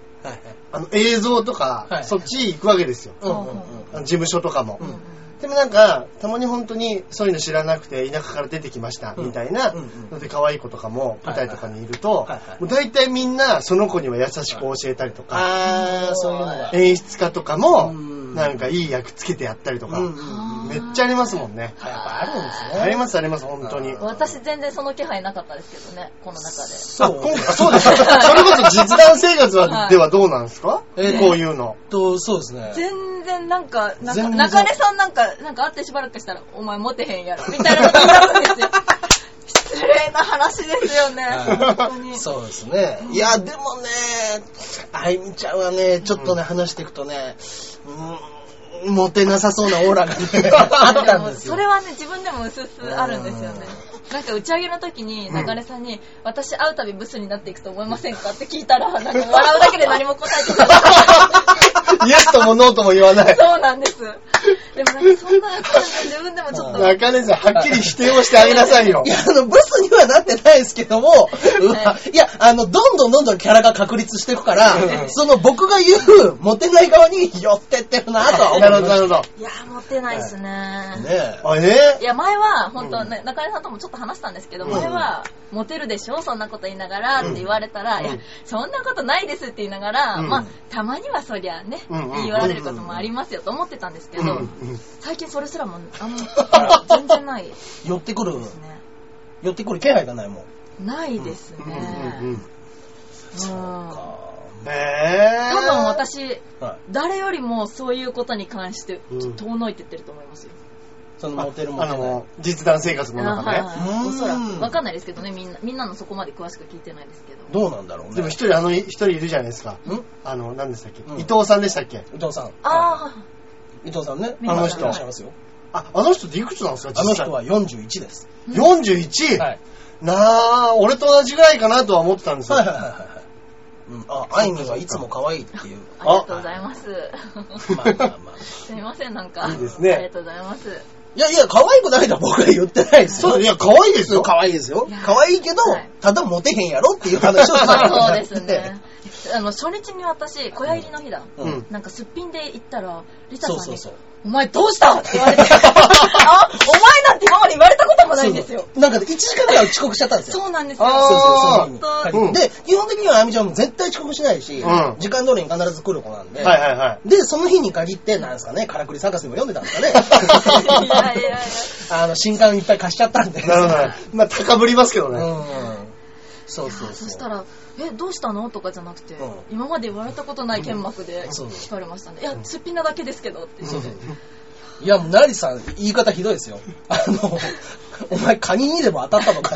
S1: あの映像とか、
S2: はい
S1: そっち行くわけですよ。
S2: うんうんうん。
S1: あの事務所とかも。
S2: うん
S1: でもなんか、たまに本当にそういうの知らなくて、田舎から出てきました、
S2: うん
S1: みたいな
S2: うんうん
S1: ので、可愛い子とかも、舞台とかにいると、
S2: はいはいはい
S1: もう大体みんな、その子には優しく教えたりとか、
S2: ああ、そういうのが。
S1: 演出家とかも
S2: うん、
S1: なんかいい役つけてやったりとか、
S2: うんうんうん
S3: あー
S1: めっちゃありますもんね。
S2: やっぱあるんですね。
S1: ありますあります、本当に。
S2: うん
S1: あ、
S3: 私全然その気配なかったですけどね、この中で。
S1: 今回、そうです。 それこそ実弾生活
S3: は
S1: は、
S3: い
S1: ではどうなんですかこう
S2: えー
S1: いうの。
S2: と、そうですね。
S3: 全然なんか、なん
S2: 全
S3: か、
S2: 然
S3: 中根さんなんか、なんか会ってしばらくしたら、お前モテへんや ろ、みたいなことになるんですよ。失礼な話ですよね、
S2: はい
S3: 本当に。
S2: そうですね。いや、でもね、あゆみちゃんはね、ちょっとね、話していくとね、うーん、モテなさそうなオーラがね あったんですよ。
S3: それはね、自分でもうすうすあるんですよね。なんか打ち上げの時に、
S1: うん
S3: 中根さんに、私会うたびブスになっていくと思いませんかって聞いたら、なんか笑うだけで何も答えてくれない。
S1: イエスともノーとも言わない。
S3: そうなんです。でもなんかそんな、なんか自分でもちょっと、
S1: 中根さん、はっきり否定をしてあげなさいよ
S2: い。や、あの、ブスにはなってないですけども、うわいや、あの、どんどんどんどんキャラが確立していくから、その僕が言う、モテない側に寄ってってるなとは思
S1: なるほ ど、な
S2: る
S1: るほど。
S3: いやー、モテないですね。
S2: ね
S1: あ、え
S3: いや、前は、本当、
S1: うん
S3: ね中根さんともちょっと話したんですけど、
S1: うん
S3: 前は、モテるでしょそんなこと言いながらって言われたら、
S1: うん
S3: いや、そんなことないですって言いながら、
S1: うん
S3: まあ、たまにはそりゃね、
S1: うんうんうん
S3: 言い寄られることもありますよと思ってたんですけど、
S1: うんうん
S3: 最近それすらも、あんま、全然ないです
S2: 寄ってくる、
S3: ね。
S2: 寄ってくる気配がないもん。
S3: ないですね。
S1: うんうんうん
S3: うん
S1: えー。
S3: 多分私、
S2: はい。
S3: 誰よりもそういうことに関して
S1: うん、
S3: 遠のいてってると思いますよ。
S2: その
S1: あ
S2: モテるモ
S1: あ
S2: テない。
S1: の、実弾生活の
S3: あ
S1: 中
S3: はい
S1: ね。
S3: は
S2: うん
S3: いおそらく。わかんないですけどね、みんな、みんなのそこまで詳しく聞いてないですけど。
S2: どうなんだろうね。
S1: でも一人、あの、一人いるじゃないですか。
S2: ん伊
S1: あの、何でしたっけ、
S2: うん
S1: 伊藤さんでしたっけ
S2: 藤さん。
S3: ああ、
S2: 伊藤さんね。
S3: あの人
S2: いらっしゃいますよ。
S1: あ、あの人っていくつなんですか
S2: あの
S1: 実際
S2: 人は41です。
S1: 41、
S2: はい。
S1: なあ、俺と同じぐらいかなとは思ってたんですよ。
S2: はいはいはいはい。うん、あ、あいみんはいつも可愛いっていう。
S3: ありがとうございます。
S2: まあまあまあ。
S3: すみません、なんか。
S1: いいですね
S3: ありがとうございます。
S2: いやいや、可愛くないとは僕は言ってないですよ。
S1: そう、いや、可愛いですよ。
S2: 可愛いですよ
S3: いや。
S2: 可愛いけど
S3: はい、
S2: ただモテへんやろっていう話をした
S3: そうです ね。あの、初日に私、小屋入りの日だ。
S2: うん
S1: うん
S3: なんかすっぴんで行ったら、リタさ
S2: そ
S3: ん
S2: う
S3: に、
S2: そうそう。
S3: お前どうしたって言われて、あ、お前なんて今まで言われたこともないんですよ。
S2: なんかね、1時間ぐらい遅刻しちゃったんですよ。
S3: そうなんですよ。
S1: あ
S2: そ
S1: ー
S2: うそう
S3: あー
S2: そう。で、基本的にはあみちゃんも絶対遅刻しないし、
S1: うん
S2: 時間通りに必ず来る子なんで、
S1: はいはいはい。
S2: で、その日に限って、なんですかね、カラクリサーカスでも読んでたんですかね
S3: い。やいやいや。
S2: あの、新刊いっぱい貸しちゃったんで。
S1: なるほどね。 まあ、高ぶりますけど
S2: う
S1: ね。
S2: ん。そうそうそう。
S3: そしたら、え、どうしたのとかじゃなくて、
S2: うん
S3: 今まで言われたことない剣幕で
S2: そう
S3: 聞かれましたね。いや、すっぴんなだけですけどって。
S2: そうそういや、もう、なりさん、言い方ひどいですよ。あの、お前カニにでも当たったのか。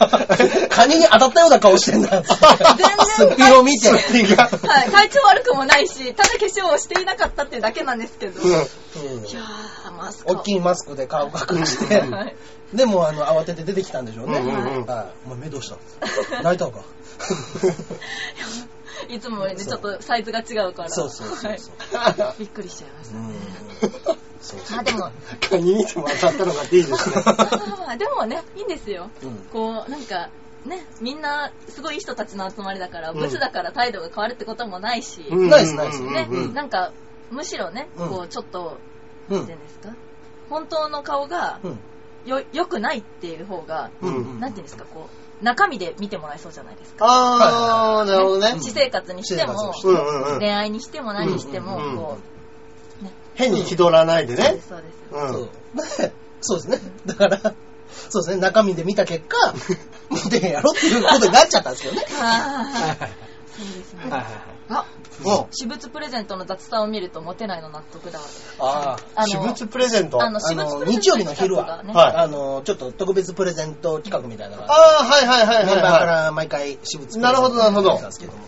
S2: カニに当たったような顔してんだ。すっぴんを見て。
S1: すっぴんが。
S3: はい、体調悪くもないし、ただ化粧をしていなかったっていうだけなんですけど。い
S2: う
S3: や
S2: ん
S3: ー、マスク。
S2: 大きいマスクで顔隠して
S1: うん、
S3: はい
S2: でもあの慌てて出てきたんでしょうね。
S1: うんうんうん
S2: はい。お前目どうした泣いたのか。
S3: いつもよりね、ちょっとサイズが違うから。
S2: そうそうそうそう。
S3: はいびっくりしちゃい まし
S2: うんそう
S3: た。
S2: そ
S3: あ、
S2: う。
S3: でも、
S1: カニにでも当たったのがいいですね。
S3: まあまあまあでもね、いいんですよ。
S2: うん
S3: こう、なんか、ね、みんな、すごい人たちの集まりだから、
S1: うん
S3: ブスだから態度が変わるってこともないし、
S1: うん
S2: ナイスナイス
S1: うん
S3: ね、
S1: うんうん
S3: なんか、むしろね、
S2: うん
S3: こう、ちょっと、
S2: う
S3: なん
S2: ん
S3: ていうんですか、本当の顔が
S2: うん
S3: よ、良くないっていう方が、
S2: うん
S3: なんていうんですか、こう、中身で見てもらえそうじゃないですか。
S1: あー、なるほどね
S2: うん。
S3: 私生活にしても、
S2: 私
S1: うんうんうん。
S3: 恋愛にしても何にしても、
S1: うんうんうん
S3: こ
S1: 変に気取らないで
S3: う、そう
S1: ね
S3: で。す、そう
S2: そ
S1: う。
S3: です。
S2: うんねそうですね。だから、そうですね。中身で見た結果、見てへんやろっていうことになっちゃったんですけどね。
S3: あーそうですね。あ、
S1: も
S3: 私物プレゼントの雑さを見るとモテないの納得だわ。
S2: あ
S3: あ
S1: う、
S3: の
S1: 私物プレゼント。あ
S3: あの、
S1: の
S3: 私物プレゼント
S2: 日曜日の昼は
S3: 企画がね
S1: はい
S2: あの、ちょっと特別プレゼント企画みたいなのが
S1: あー、はいはいはい
S2: メン
S1: は
S2: バ
S1: い
S2: ーか
S1: は
S2: ら毎回私物プレゼント
S1: なるほどなるほど
S2: やってたんですけども。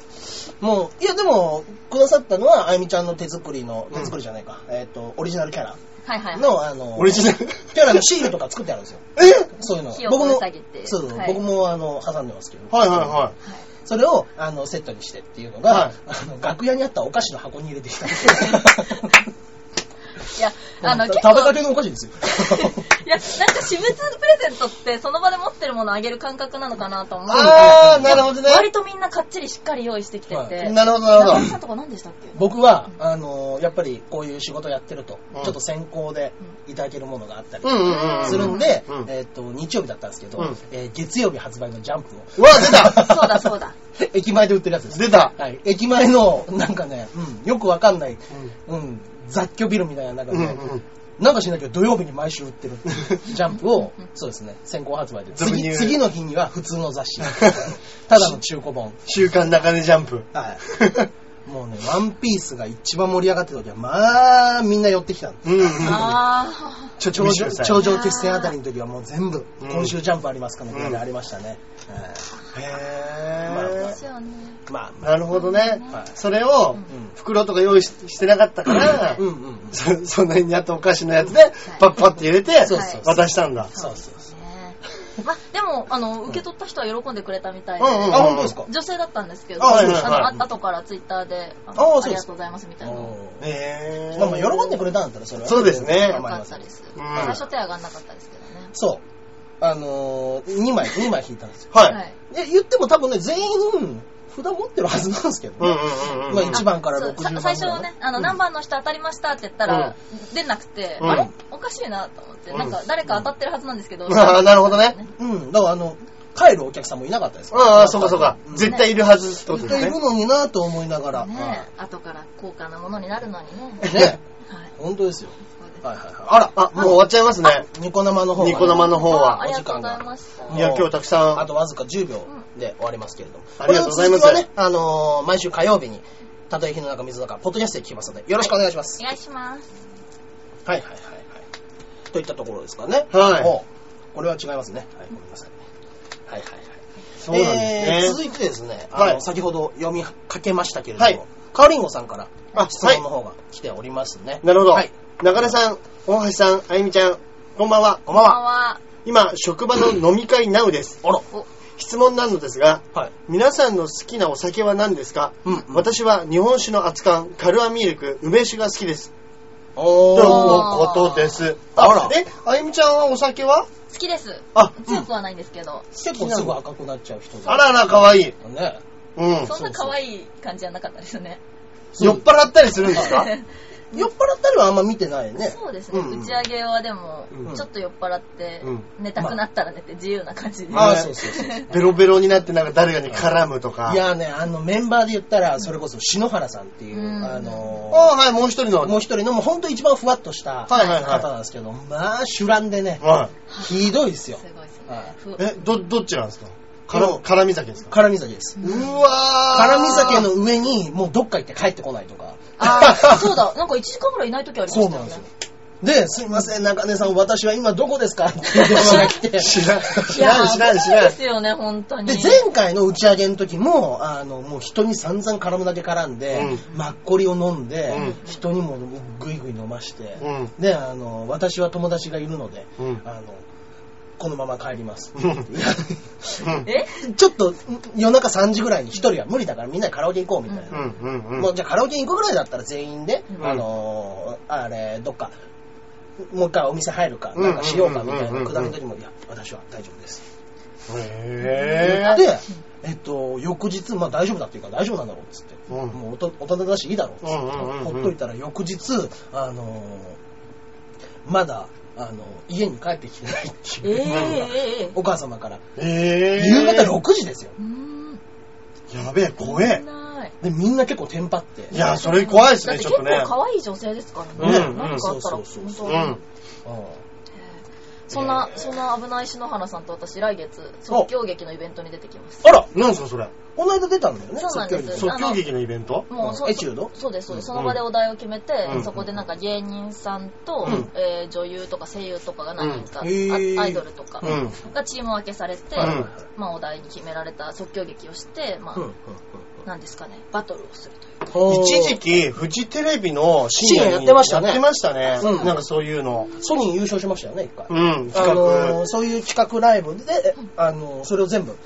S2: もう、いやでも、くださったのは、あゆみちゃんの手作りの、
S1: うん
S2: 手作りじゃないか、えっ、と、オリジナルキャラ
S3: はいはい。
S2: の、あ
S1: い。
S2: の、
S1: オリ ジナル。
S2: キャラのシールとか作ってあるんですよ。
S1: え
S2: そういうの
S3: 火。を
S2: 僕
S3: 通
S2: も
S3: さげ、て。
S2: そうそう、
S3: はい
S2: 僕も、あの、挟んでますけど。
S1: はいはいはい。
S2: それをあのセットにしてっていうのが、
S1: はい
S2: あの楽屋にあったお菓子の箱に入れてきた。
S3: いや、 あの、
S2: 食べ
S3: 結構、
S2: かけのお菓子 ですよ。
S3: いや、なんか私物プレゼントってその場で持ってるものをあげる感覚なのかなと思う。
S1: あー、なるほどね。
S3: 割とみんなかっちりしっかり用意してきて
S2: は
S3: て。
S1: なるほどなる
S3: 中
S1: ほ
S3: 身さんとか何でしたっけ
S2: 僕は、あの、やっぱりこういう仕事やってると、
S1: うん
S2: ちょっと先行でいただけるものがあったり
S1: ど。うんうんうん。
S2: するんで、
S1: うんうん
S2: えっと、日曜日だったんですけど、
S1: うん
S2: えー月曜日発売のジャンプを、
S1: うわ、出た
S3: そうだそうだ。
S2: 駅前で売ってるやつです。
S1: 出た
S2: はい、駅前の、なんかね、うん、よくわかんない、うん、雑居ビルみたいな中で、
S1: うんうん。
S2: なんかしなきゃ土曜日に毎週売ってるジャンプを、そうですね、先行発売で。
S1: 俗に
S2: 次
S1: 言う
S2: 次の日には普通の雑 誌。ただの中古本。
S1: 週刊中根ジャンプ。
S2: はい。もうね、ワンピースが一番盛り上がってる時は、まあ、みんな寄ってきたの。
S1: うんうん。
S3: あ
S1: ちょ、ちょ、
S2: 頂
S1: 見せ
S2: 上
S1: てください
S2: 頂上決戦あたりの時はもう全部、
S1: うん
S2: 今週ジャンプありますかね、みたい
S1: うん
S2: なありましたね。はい
S1: へ
S3: ー。で
S1: ー
S3: す。よね。
S2: まあ、まあ
S1: なるほどね
S2: はい。
S1: それを
S2: ん、
S1: 袋とか用意ししてなかったから
S2: う、んうんうん。
S1: そその辺にあったお菓子のやつで、パッパって入れて
S2: そう
S3: そう、
S1: 渡したんだ。
S2: そうそうそう。
S3: ねまあ、でも、あの、受け取った人は喜んでくれたみたいで。
S1: うんうん
S2: あ、本当ですか
S3: 女性だったんですけど、
S1: あ
S3: あ
S1: はいはいはい
S3: の、あ後からツイッターで、あ
S2: あ
S3: のあ
S2: そう
S3: り
S2: で
S3: が
S2: す
S3: とうございますみたいな。よ
S2: おー
S1: へ
S2: まあまあ、喜んでく
S1: れ
S2: れたんだったらそれは。
S1: そうですね
S2: 構いま
S3: かっ
S2: せ
S3: た
S2: ん
S3: です。
S1: うん
S3: 最初手上がんなかったですけどね。
S2: そう。あのー、2枚、2枚引いたんですよ。
S1: はい。
S2: で言っても多分ね、全員札持ってるはずなんですけど
S1: うんうん
S2: ね。
S1: うんうん。
S2: まあ一番から
S3: そう
S2: 60
S3: さ
S2: 番
S3: 最初はね、あの、
S2: うん
S3: 何番の人当たりましたって言ったら、出なくて、
S1: うん
S3: あれおかしいなと思って、
S1: うん
S3: なんか誰か当たってるはずなんです けど、
S1: あーなるほどね
S2: うん。だからあの、帰るお客さんもいなかったです
S1: ああ、そうかそうか。
S2: うん
S1: 絶対いるはずってこと
S2: 絶
S1: で
S2: 対いる
S1: すね。
S2: のになと思いながら。
S3: ね後から高価なものになるのにね。
S2: はいね。
S3: はい。
S2: 本当ですよ。
S3: そう です
S2: はいはいはい。
S1: あら、あ、もう終わっちゃいますね。
S2: ニコ生の方はね
S1: ニコ生の方
S3: ああ
S1: は。
S3: りがとうございました。
S2: あ
S1: いや、今日たくさん。
S2: あとわずか10秒で終わりますけれども。
S1: ありがとうございます
S2: これの続きはね、あのー、毎週火曜日に、たとえ火の中水の中、ポッドキャストで聞きますので、よろしくお願いします。
S3: お願いします。
S2: はいはいはいはい。といったところですかね。
S1: はい
S2: おこれは違いますね。はい、ごめんなさい。はいはいはい。
S1: そうなん
S2: えー
S1: です
S2: 続
S1: ね。
S2: いてですね、あ
S1: はい
S2: の先ほど読みかけましたけれども、
S1: はい
S2: カオリンゴさんから
S1: あ
S2: 質問の方が来ておりますね。
S1: なるほど
S2: はい。。
S1: 中根さん、大橋さん、あゆみちゃん、こんばんは。
S2: こんばん
S3: こんばん
S2: は。
S3: は。
S1: 今、職場の飲み会 NOW です。
S2: あら。
S1: 質問なのですが、
S2: はい。
S1: 皆さんの好きなお酒は何ですか
S2: うん、
S1: 私は日本酒の熱燗、カルアミルク、梅酒が好きです。と
S2: おー。
S1: のことです。
S2: あら
S1: え、あゆみちゃんはお酒は
S3: 好きです。
S1: あ、
S3: 強くはないんですけど、
S2: 結構すぐ赤くなっちゃう人だ
S1: あらあら、かわいい。
S2: ね。
S1: うん。
S3: そんな可愛い感じじゃなかったですね。
S2: そう
S1: 酔っ払ったりするんですか
S2: 酔っ払ったりはあんま見てないね。
S3: そうですね、
S1: うんうん
S3: 打ち上げはでも、
S1: うん
S3: ちょっと酔っ払って、
S1: うん
S3: 寝たくなったら寝て自由な感じで。
S1: まあ
S2: あ
S1: ね
S2: ーそうそうそうそう。
S1: ベロベロになってなんか誰かに絡むとか。
S2: いやーね、あのメンバーで言ったら、それこそ篠原さんっていう、
S3: うん
S2: あのー
S1: ああ、はい、もう一人の。
S2: もう一人の、もうほんと一番ふわっとした
S1: はいはいはい
S2: 方なんですけど、まあ、手乱でね、
S1: は
S2: ひどいですよ
S3: す。ごいです
S2: は
S3: ね
S2: い。
S3: ふ
S1: い。え、ど、どっちなんですか
S2: い
S1: 辛
S2: や
S1: 辛み酒ですか
S2: 絡み酒です。
S1: うわー。
S2: 辛み酒の上に、もうどっか行って帰ってこないとか。
S3: あーそうだ、なんか1時間ぐらいいない時ありま
S2: そう
S3: した
S2: な
S3: よ
S2: んで
S3: ね
S2: すよ。。で、すいません、中根さん、私は今どこですかって電話が来て。
S1: 知らん、知
S3: いや
S1: らん、
S3: ー、
S1: 知らん、知
S3: 危ない
S1: ら
S3: で
S1: ん。
S3: すよね、本当に。
S2: で、前回の打ち上げの時も、あの、もう人に散々絡むだけ絡んで、
S1: う
S2: マッコリを飲んで、
S1: うん
S2: 人にもぐいぐい飲まして、
S1: うん
S2: で、あの、私は友達がいるので、
S1: うん
S2: あの、このまま帰ります。
S1: うん
S2: いや
S1: うん
S3: え
S2: ちょっと夜中3時ぐらいに一人は無理だからみんなでカラオケ行こうみたいな。
S1: うんうんうん。
S2: もうじゃあカラオケ行くぐらいだったら全員で、
S1: うん
S2: あのーあれ、どっか、もう一回お店入るか、なんかしようかみたいなくだりの時も、いや、私は大丈夫です。
S1: へぇー。
S2: で、えっと、翌日、まあ大丈夫だっていうから大丈夫なんだろうっつって、
S1: うん
S2: もうおと大人だしいいだろうっつって、
S1: うんうんうんうん
S2: ほっといたら翌日、あのーまだ、あの家に帰ってきてないって
S3: え
S2: いう、
S3: えー、え
S2: お母様から、
S1: えー。
S2: 夕方6時ですよ。
S3: ー、うーん。
S1: やべえ、怖え。
S3: ない。
S2: で、みんな結構テンパって。
S1: いや、それ怖いですね、ち
S3: だ
S1: ょ
S3: って
S1: っとね
S3: 結。構可愛い女性ですから
S1: う
S3: ね。
S1: んうん
S3: なんかあったら、
S2: そうそう
S3: 本
S2: そ
S3: 当
S1: う
S3: に
S1: ん。
S2: うん
S3: そんな、そんな危ない篠原さんと私、来月、即興劇のイベントに出てきます。
S2: あら
S1: なんですか、それ。
S2: この間出たんだよね、
S3: そうなんで
S2: 即興
S3: す
S2: 劇
S1: 即興劇のイベント
S3: もうそ、
S2: エチュード
S3: そうです、そうです。その場でお題を決めて、
S1: うん
S3: そこでなんか芸人さんと、
S1: うん
S3: えー女優とか声優とかが何人か、
S2: うんへー
S3: あアイドルとか
S1: うん。
S3: がチーム分けされて、
S1: うん
S3: まあお題に決められた即興劇をして、まあ、なんですかね、バトルをするという。
S1: 一時期、フジテレビの深
S2: 深
S1: 夜
S2: 夜
S1: に
S2: やってましたね
S1: やってましたね。
S2: うん
S1: なんかそういうの。
S2: ソニー優勝しましたよね、一回。
S1: うん、
S2: あ
S1: 企
S2: の
S1: 画
S2: ー。そういう企画ライブで、あのーそれを全部、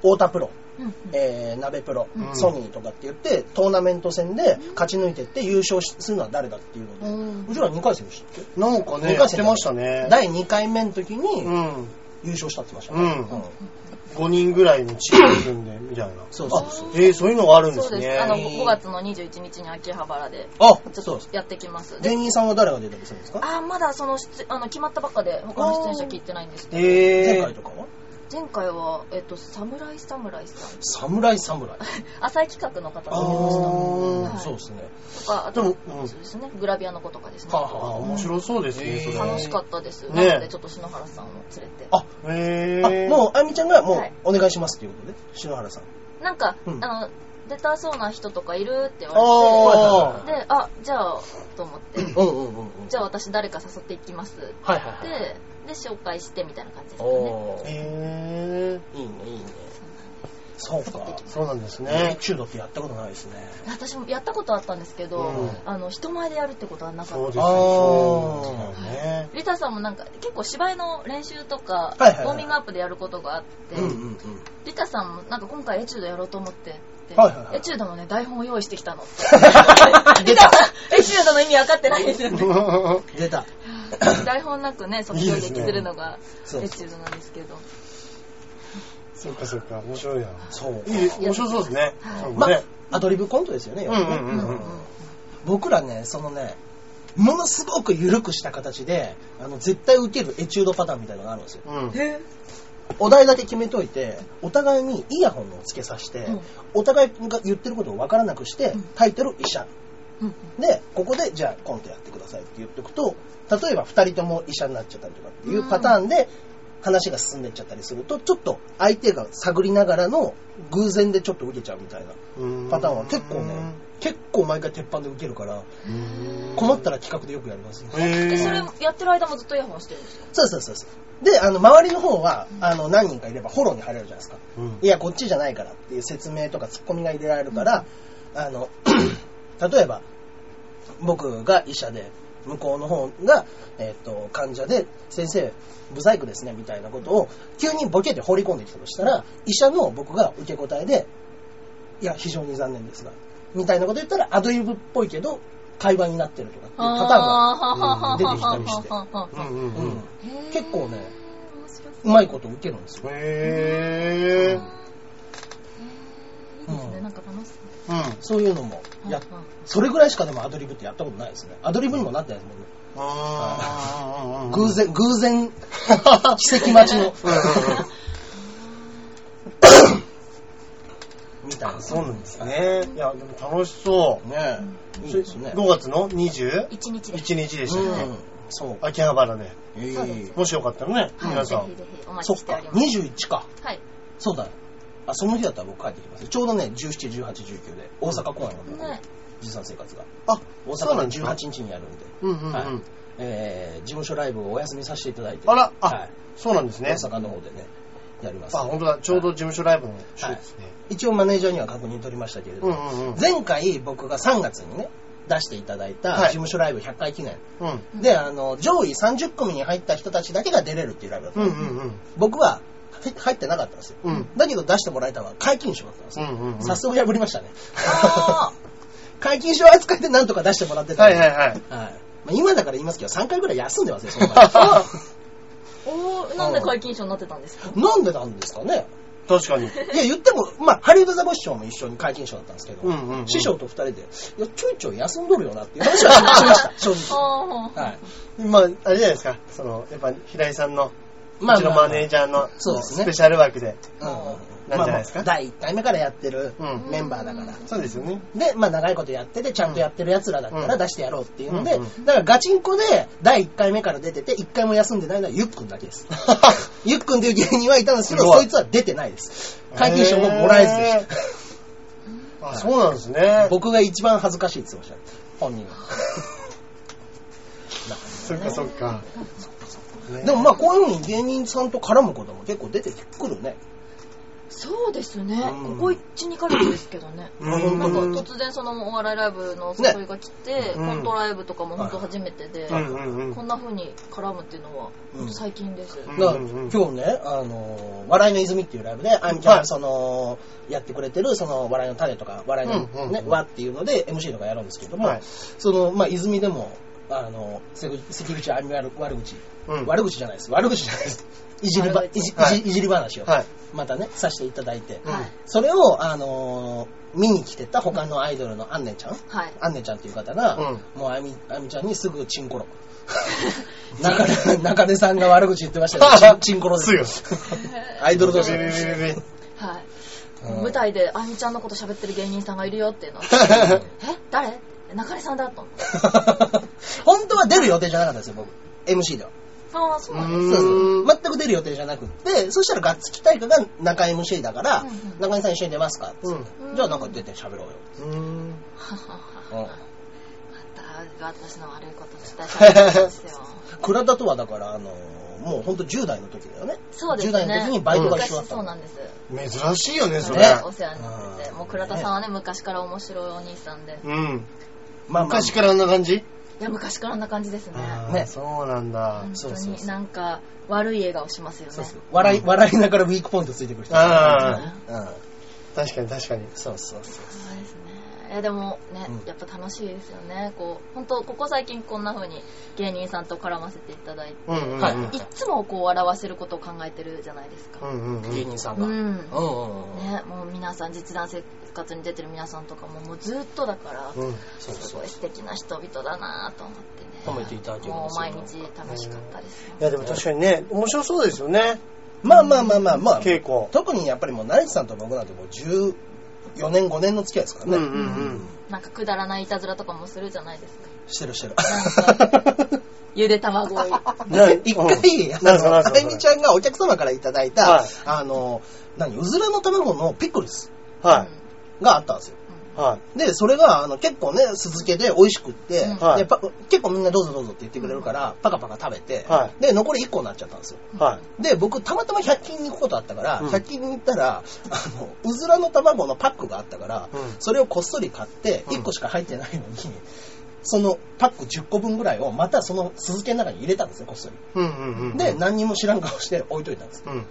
S2: 太田プロ、
S3: うんうん
S2: えー、鍋プロ、
S1: うん
S2: ソニーとかって言って、トーナメント戦で勝ち抜いてって優勝しするのは誰だっていうので、
S3: うん
S2: うちら2回戦でしたっ
S1: なんか
S2: け二
S1: ね、や
S2: 回
S1: ってましたね。
S2: 第2回目の時
S1: う
S2: に
S1: ん。
S2: 優勝したって言ってました
S1: う
S2: ね。
S1: ん。5人ぐらいのチーム組んで、みたいな。
S2: そうそうそう
S1: あえー、そういうのがあるんで
S3: そ
S1: す
S3: うで
S1: ね
S3: す。あ。の、5月の21日に秋葉原で、
S2: あ
S3: ちょっ
S2: そう
S3: と
S2: です。
S3: やってきます。で
S2: 芸人さんは誰が出たりするんですか
S3: あー、まだその出、あの、決まったばっかで、他の出演者聞いてないんですけど、
S2: 前
S1: え
S2: 回
S1: ー
S2: と。かは
S3: 前回は、えっと、侍侍さん、
S2: 侍侍。
S3: 浅い企画の方
S1: あ
S3: が出ました。
S1: ー
S3: はい
S2: そうですね。
S3: とか、あ
S1: で
S3: と、
S1: も、
S3: そうですね、グラビアの子とかですね。
S2: はあは
S1: あ、面白そうですね、そ
S2: え
S1: れ。
S2: ー
S3: 楽しかったです。
S1: ね
S3: なので、ちょっと篠原さんを連れて。
S2: あ
S1: え
S2: あ
S1: ー。、
S2: もう、あゆみちゃんがもう
S3: はい、
S2: お願いしますっていうことで、篠原さん。
S3: なんか、
S2: うん
S3: あの、出たそうな人とかいるって言わ
S1: あ
S3: れて、で、あ、じゃあ、と思って、
S2: うんうんうんうん。
S3: じゃあ私誰か誘っていきますって、
S2: はいはいはい。
S3: で、紹介してみたいな感じですかね。
S2: おー
S1: ー。えー。
S2: いいねいいね。そうか。
S1: そうなんです
S2: ね
S1: ね。
S2: 中毒やったことないですね。
S3: 私もやったことあったんですけど、
S1: うん
S3: あの、人前でやるってことはなか
S1: そう
S3: っ
S1: です
S3: た。
S1: よ
S2: あー
S1: そうなんですよね。
S3: リタさんもなんか、結構芝居の練習と
S2: は
S3: か、
S2: いはいはい
S3: ウォーミングアップでやることがあって、
S2: うんうんうん。
S3: リタさんもなんか今回エチュードやろうと思ってって、
S2: はいはいはい
S3: エチュードのね、台本を用意してきたの。
S2: 出
S3: リ
S2: た
S3: タさん、 エチュードの意味分かってないですよね。
S2: 出た。
S3: 台本なくね、即興劇するのが
S2: そう
S3: エチュードなんですけど。
S1: そっかそっか、面白いな。
S2: そう
S1: いい、面白そうですね。そう
S2: ま
S1: ね。
S2: アドリブコントですよね、
S1: うん
S2: 要は
S1: うん
S2: ね
S1: うんうん。
S2: 僕らね、そのね、ものすごく緩くした形で、あの、絶対受けるエチュードパターンみたいなのがあるんですよ。
S1: うん。
S3: へ
S2: お題だけ決めといて、お互いにイヤホンをつけさせて、
S3: うん
S2: お互いが言ってることを分からなくして
S3: うん、
S2: タイトル医者。
S3: うん
S2: で、ここで、じゃあコントやってくださいって言っておくと、例えば2人とも医者になっちゃったりとかっていうパターンで、話が進んでっちゃったりすると、ちょっと相手が探りながらの偶然でちょっと受けちゃうみたいなパターンは結構ね、結構毎回鉄板で受けるから、困ったら企画でよくやりますね。
S1: へ
S3: え、それ
S1: ー。
S3: やってる間もずっとイヤホンしてるんですよ。
S2: そうそうそうそう。で、あの、周りの方は、あの、何人かいればフォローに入れるじゃないですか。
S1: うん
S2: いや、こっちじゃないからっていう説明とかツッコミが入れられるから、あの、 例えば、僕が医者で、向こうの方が、えっ、と、患者で、先生、ブサイクですね、みたいなことを、急にボケて放り込んできたとしたら、医者の僕が受け答えで、いや、非常に残念ですが、みたいなこと言ったら、アドリブっぽいけど、会話になってるとかっていうパターンが、
S3: が
S2: 出てきたりして
S1: うんうん
S2: う
S1: うんん。
S2: 結構ね
S3: 面白そう
S2: うまいこと受けるんですよ。
S1: へー。
S3: いいですね、
S2: うん
S3: なんか楽しそう
S1: うん。
S2: そういうのもやっ
S3: うんうん
S2: それぐらいしかでもアドリブってやったことないですね。アドリブにもなってないですもんね。
S1: あーうんうんうん
S2: 偶然、偶 然、奇跡待ちの。みたいな。
S1: そうなんですね。いや、でも楽しそう。
S2: ねえ。いいですね。
S1: 5月の21
S3: 一日で。
S1: 日でした
S2: う
S1: ね
S2: ん。。そう。
S1: 秋葉原で。
S2: え
S3: そうです
S1: もしよかったらね、
S3: はい
S1: 皆さ
S3: ぜひ
S1: ん。
S3: ぜひお待
S2: そ
S3: ち
S2: っ
S3: してお
S2: か
S3: り。ます。
S2: 21か。
S3: はい。
S2: そうだ。あ、その日だったら僕帰ってきます。ちょうどね、17、18、19で、大阪公演の僕、
S3: ね
S2: 時産生活が。
S1: あ
S2: 大
S1: そうな
S2: 阪
S1: んです
S2: で
S1: ね
S2: 18日にやるんで。
S1: うんうんう
S2: はい
S1: ん。
S2: えー事務所ライブをお休みさせていただいて。
S1: あらあ
S2: はい、
S1: そうなんですね。
S2: 大阪の方でね、やります。
S1: あ、本当だ。ちょうど事務所ライブの週ですね。
S2: 一応マネージャーには確認取りましたけれど
S1: うん
S2: も、
S1: うんうん。
S2: 前回僕が3月にね、出していただいた
S1: はい
S2: 事務所ライブ100回記念。
S1: うん。
S2: で、あの、上位30組に入った人たちだけが出れるっていうライブだった
S1: う
S2: の、
S1: んうんうん。
S2: 僕は入入ってなかったんですよ。
S1: うん
S2: だけど出してもらえたのは解禁賞だったんです
S1: う
S2: よ。
S1: んうんうん。
S2: 早速破りましたね。
S3: あ
S2: 解禁賞扱いでなんとか出してもらってたん
S1: はい
S2: で
S1: はいはい。
S2: はいまあ、今だから言いますけど、3回ぐらい休んでますよ、その前
S3: ーおー、なんで解禁賞になってたんですか
S2: なんでなんですかね。
S1: 確か
S2: い
S1: に。
S2: や、言っても、まあ、ハリウッドザボシショウも一緒に解禁賞だったんですけど、
S1: うんうんうん
S2: 師匠と二人で、いや、ちょいちょい休んどるよなっていう話はしました、正 直。
S3: あー
S2: はい。
S1: まあ、あれじゃないですか。その、やっぱ平井さんの、うちのマネージャーの
S2: そうですね
S1: スペシャル枠で。
S2: うんうんうん
S1: なんじゃないです
S2: ま
S1: か
S2: あまあ第1回目からやってる
S1: うん
S2: メンバーだから。
S1: そうですよね。
S2: で、まあ長いことやってて、ちゃんとやってる奴らだった
S1: う
S2: ら
S1: ん
S2: 出してやろうっていうので、
S1: うんうん
S2: だからガチンコで第1回目から出てて、1回も休んでないのはゆっくんだけ です。ゆっくんっていう芸人はいたんですけ
S1: す
S2: ど、
S1: ご
S2: そ
S1: い
S2: いつは出てないです。解禁賞ももらえずでした。
S1: た。あ、そうなんですね。
S2: 僕が一番恥ずかしいって言ってました。本 人が。
S1: そっかそっか。ね
S2: でもまあこういう風に芸人さんと絡むことも結構出てくるね。
S3: そうですね。
S2: うん
S3: ここ1、2ヶ月ですけどね。
S1: うん
S3: なんか突然そのお笑いライブのお誘いが来て、
S1: うん
S3: コントライブとかも本当初めてで、
S1: うんうんう
S3: こ
S1: ん。
S3: んな風に絡むっていうのは
S2: うん
S3: 最近です。
S1: うん
S2: だから今日ね、あのー笑いの泉っていうライブで、あみちゃんがその、やってくれてる、その、笑いの種とか、笑いの
S1: うんうん
S2: ね、
S1: うん
S2: 輪っていうので、MC とかやるんですけども、
S1: はい
S2: その、まあ、泉でも、あの、関口関口あみ悪悪口、
S1: うん
S2: 悪口じゃないです、悪口じゃない です。いじりば、い
S3: 悪
S2: じ、
S3: 口
S2: いじ
S1: はい
S2: いじり話を、
S1: はい
S2: またね、させていただいて、
S1: うん
S3: はい
S2: それを、あのー見に来てた他のアイドルのアンネちゃん、
S3: はい。
S2: アンネちゃんっていう方が、
S1: う
S2: もうあみ、あみちゃんにすぐチンコロ。 中根、中根さんが悪口言ってましたけど、チ ンチンコロです
S1: ぐ。
S2: アイドル同士
S1: ビ
S2: だ
S1: ビビビビ
S3: はい。
S2: うん
S3: 舞台であみちゃんのこと喋ってる芸人さんがいるよっていうのはえ誰中根さんだと思って
S2: 本当は出る予定じゃなかったんですよ、僕。MC では。
S3: ああそうなんです
S1: う
S2: そ
S1: ん
S2: うそう全く出る予定じゃなくって、そしたらガッツキ大会が中 MC だから、
S3: うんうん
S2: 中根さん一緒に出ますかって、
S3: うん
S2: じゃあなんか出て喋ろうよ。
S1: うん。
S3: ははは
S2: うん
S3: また私の悪いこと絶対喋ってますよ
S2: 倉田とはだから、あのもうほんと10代の時だよね。
S3: そうです
S2: 10
S3: ね
S2: 代の時にバイトが
S3: 昔
S2: 一緒だった
S3: そう
S2: の
S3: なんです
S1: 珍しいよね、それ
S2: ね。
S3: お世話になってて
S2: うん
S3: もう倉田さんはね昔から面白いお兄さんで
S1: うん。
S2: まあまあ
S1: 昔からあんな感じ
S3: いや昔からあんな感じですね
S1: あ
S2: ね
S1: ーそうなんだ。
S3: 本
S2: そう
S3: 当
S2: そうそ
S3: に
S2: う
S3: なんか悪い笑顔しますよね
S2: そうそう笑い、笑いながらウィークポイントついてくる人。
S1: あ
S2: うん。
S1: あ、確かに確かに。
S2: そうそうそう。
S3: そうですね。いやでもね、
S2: うん
S3: やっぱ楽しいですよね。こう、本当ここ最近こんな風に芸人さんと絡ませていただいて、
S1: うんうんうん。
S2: はい
S1: うん
S3: いっつもこう笑わせることを考えてるじゃないです
S1: う
S3: か。
S1: んうん。
S2: 芸人さん
S3: う
S2: が。
S3: ん。
S2: うんうん。
S3: ね、もう皆さん、実弾生活に出てる皆さんとかももうずっとだから、
S1: うん。
S2: そう
S3: す
S2: そう
S3: ごい。素敵な人々だなぁと思ってね。
S2: 褒めていただけるの
S3: もう毎
S2: そ
S3: 日
S2: う
S3: 楽しかったですよ。
S1: いやでも確かにね、面白そうですよね、
S2: まあまあまあまあまあ、
S1: 稽古。
S2: 特にやっぱりもう、成田さんと僕なんてもう14年、5年の付き合いですからね。
S1: うんうんうん
S3: なんかくだらないいたずらとかもするじゃないですか。
S2: してるしてる。
S3: ゆで卵を。は
S1: な
S2: 一回、
S1: な
S2: あ
S1: んすかな
S2: の、
S1: んす
S2: あ
S1: か
S2: ゆみちゃんがお客様からいただいた
S1: はい、
S2: あの、何、うずらの卵のピクルス
S1: は
S2: があったんですよ。
S1: い。は
S2: で、それが、あの、結構ね、酢漬けで美味しくって、
S3: うん
S1: はい
S2: でパ結構みんなどうぞどうぞって言ってくれるから、パカパカ食べて、
S1: は
S2: で、残り1個になっちゃったんですよ。
S1: い。は
S2: で、僕、たまたま100均に行くことあったから、
S1: うん
S2: 100均に行ったら、あの、うずらの卵のパックがあったから、
S1: うん
S2: それをこっそり買って、
S1: うん
S2: 1個しか入ってないのに、そのパック10個分ぐらいをまたその酢漬けの中に入れたんですよ、こっそり。
S1: い。うんうんうん。
S2: で、何にも知らん顔して置いといたんです。
S1: うん。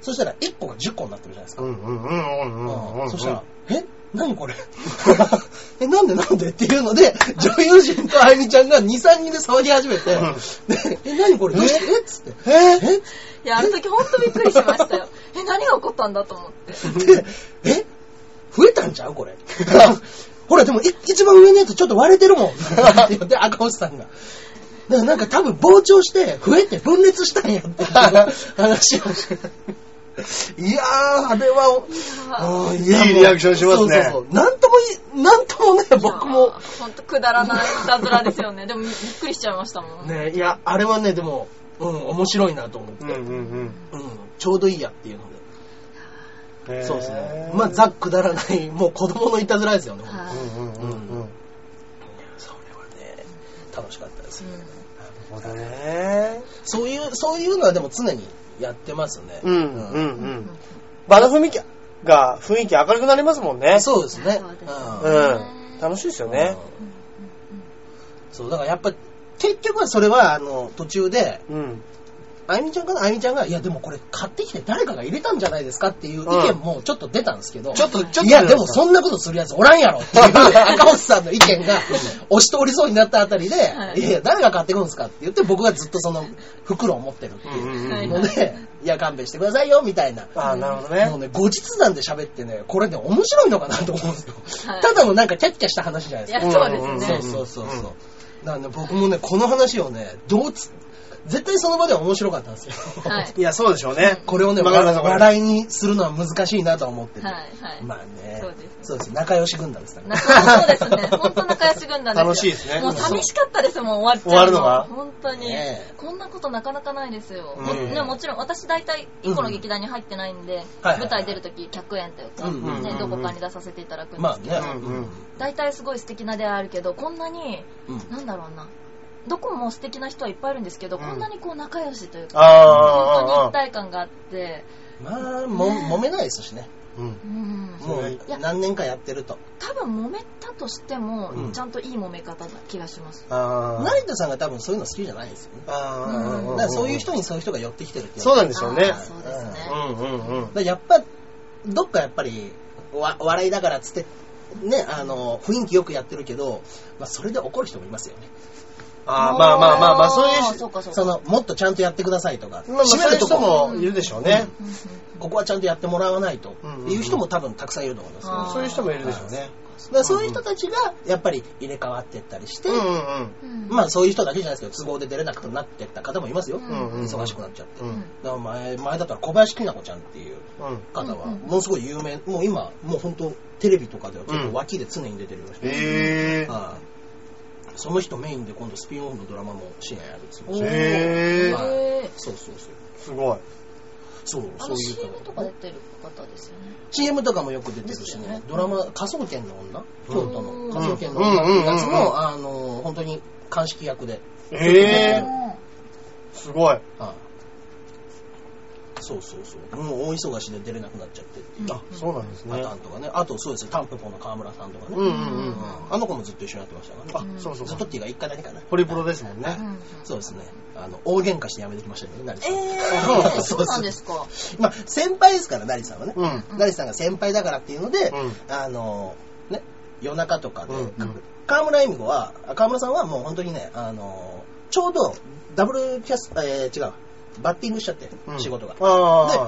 S2: そしたら1個が10個になってるじゃないです
S1: う
S2: か。
S1: んうんうんうんうんうんうん。
S2: そしたら、え何これ え、なんでなんでっていうので、女優陣とあゆみちゃんが2、3人で騒ぎ始めて、でえ、何これどうしてえっつって。
S1: え
S2: えっ
S3: いや、あの時ほんとびっくりし ましたよ。え、何が起こったんだと思って。
S2: で、え増えたんちゃうこれ。 ほら、でもい一番上のやつちょっと割れてるもん。 って言って、赤星さんが。だからなんか多分膨張して、増えて分裂したんや っていう話をして。いやー、あれは、あーいや
S1: いいリアクションしま
S2: そ
S1: すね
S2: うそうそう。なんともいい、なんともね、僕も。
S3: ほんとくだらないいたずらですよね。でもびっくりしちゃいましたもん。
S2: ね、いや、あれはね、でも、うん、面白いなと思って。
S1: う
S2: うん
S1: うんうん。
S2: ん、ちょうどいいやっていうので。
S1: へー
S2: そうですね。まあ、ざっくだらない、もう子供のいたずらですよね。
S3: は
S1: うんうんうんうん。
S2: それはね、楽しかったです。
S3: いうん
S1: そうだね。
S2: そういう、そういうのはでも常にやってますね。
S1: うん、うん、うん。場の雰囲気が、雰囲気明るくなりますもんね。
S2: そうですね。
S3: そうですね
S1: う
S2: うん
S1: ん。楽しいですよね。
S2: うんそう、だからやっぱ、結局はそれは、あの、途中で、
S1: うん。
S2: あゆみちゃんかなあゆみちゃんが、いやでもこれ買ってきて誰かが入れたんじゃないですかっていう意見もちょっと出たんですけど、
S1: ちょっと、ちょっと。
S2: いやでもそんなことするやつおらんやろっていう赤星さんの意見が押し通りそうになったあたりで、
S3: はい
S2: い、やいや誰が買ってくるんですかって言って僕がずっとその袋を持ってるって
S1: う
S2: い
S1: んうん
S3: は
S1: う。
S2: うんので、いや勘弁してくださいよみたいな。
S1: ああ、なるほど
S2: もう
S1: ね。
S2: ね、後日談で喋ってね、これね、面白いのかなと思うんですよ。
S3: はい
S2: ただのなんかキャッキャした話じゃないですか
S3: い。やそうですね
S1: んんん
S2: そうそうそうそう。だからね、僕もね、この話をね、どうつ、絶対その場では面白かったんですよ。
S3: はい。
S1: いや、そうでしょうね。
S2: こ れをね、
S1: わかりますわかります
S2: 笑いにするのは難しいなとは思ってて。
S3: はい。はい。
S2: まあね。
S3: そうですね
S2: そうです。仲良し軍団ですからね。
S3: 仲そうですね。本当仲良し軍団ですよ。
S1: 楽しいですね
S3: もう寂しかったですもん、終わっちゃう
S1: 終わるのが
S3: 本当に
S2: ねえ。
S3: こんなことなかなかないですよ。
S1: うん
S3: もねもちろん、私大体一個の劇団に入ってないんで、
S2: はいはい
S3: 舞台出るとき100円というか、
S2: うんうんうん
S3: ね、どこかに出させていただくんで
S2: ますあ
S3: け
S2: ね
S3: ど、。
S1: うんうん
S3: 大体すごい素敵な出会いあるけど、こんなに、
S2: うん
S3: なんだろうな。どこも素敵な人はいっぱいいるんですけど、
S1: うん
S3: こんなにこう仲良しというか、
S1: あーあ
S3: 本当に
S1: ー、あ
S3: 一体感があって、
S2: まあ、も、揉めないですしね。
S1: ーうん。
S3: うん。
S2: もう
S3: いや、
S2: 何年かやってると。
S3: 多分揉めたとしても、
S1: うん
S3: ちゃんといい揉め方な気がします。
S1: ああ。
S2: 成田さんが多分そういうの好きじゃないですよね。
S1: あー
S3: うん
S2: だからそういう人にそういう人が寄ってきてるっていうの
S1: そうなんですよね
S3: あーそうですね。
S1: うんうんうん
S2: だからやっぱ、どっかやっぱり、わ笑いだからっつって、ね、あの、雰囲気よくやってるけど、まあ、それで怒る人もいますよね。
S1: あーまあまあまあまあ、そういう
S3: そ
S1: 人
S3: うかそうか。
S2: その、もっとちゃんとやってくださいとか、
S1: まあまあ、
S2: 閉
S1: そう
S2: め
S1: いう
S2: ると
S1: 人
S2: こも、
S1: もいるでしょうね。
S3: うんうん
S2: ここはちゃんとやってもらわないと
S1: うんうんうん
S2: いう人も多分たくさんいると思いますよ。
S3: あー
S1: そういう人もいるでしょうね。
S2: だからそういう人たちが、やっぱり入れ替わってったりして
S1: うん、うん
S3: うん
S2: まあ、そういう人だけじゃないですけど、都合で出れなくなってった方もいますよ。
S1: うん。うんうん
S2: 忙しくなっちゃって。
S1: う
S3: うんん
S2: だから前、前だったら小林きなこちゃんっていう
S1: うん。
S2: 方は、
S3: うんうん
S2: ものすごい有名、もう今、もう本当テレビとかでは結構脇で常に出てるような人
S1: えー。
S2: はいその人メインで今度スピンオフのドラマも深夜やるんですよ。
S3: おー
S1: へー
S3: へー
S2: そうそうそう。
S1: すごい。
S2: そう、
S3: あ
S2: そう
S3: の
S2: いう
S3: CM
S2: 方
S3: とか出てる方ですよね。
S2: CM とかもよく出てるし
S3: ですよ
S2: ね
S3: ね、
S2: ドラマ、科捜研の女、京都
S3: う
S2: の
S3: ん
S2: 科捜研の女っていうやつ
S1: うんうんうんうん
S2: も、あの、本当に鑑識役で、
S1: えー。
S3: ー
S1: すごい。
S2: はいそうそうそう、もう大忙しで出れなくなっちゃって、
S3: うん
S1: あ、そうなんです
S2: パ
S1: ね
S2: タ。ーンとかね、あとそうですよ、タンポポの川村さんとかね、
S1: うんうんうん。
S2: あの子もずっと一緒にやってましたから
S1: あ
S2: ね、、
S1: そうそう
S2: ず
S1: そ
S2: っと
S1: う
S2: っ。ていうか、一回だけかな。
S1: ホリプロですもんね。
S3: うん
S2: そうですね。あの、大喧嘩して辞めてきましたけどね、成田
S3: え
S2: さん。
S3: ー、
S2: そ
S3: そう
S2: そう
S3: うなんですか。
S2: まあ、先輩ですから、成田さんはね。
S1: うん。うん。
S2: 成田さんが先輩だからっていうので、
S1: う
S2: あの、ね、夜中とかで、
S1: うん
S2: か川村恵美子は、あ川村さんはもう本当にね、あの、ちょうどダブルキャス、えー違う、バッティングしちゃって、
S1: ん。
S2: 仕事が。で、
S1: あ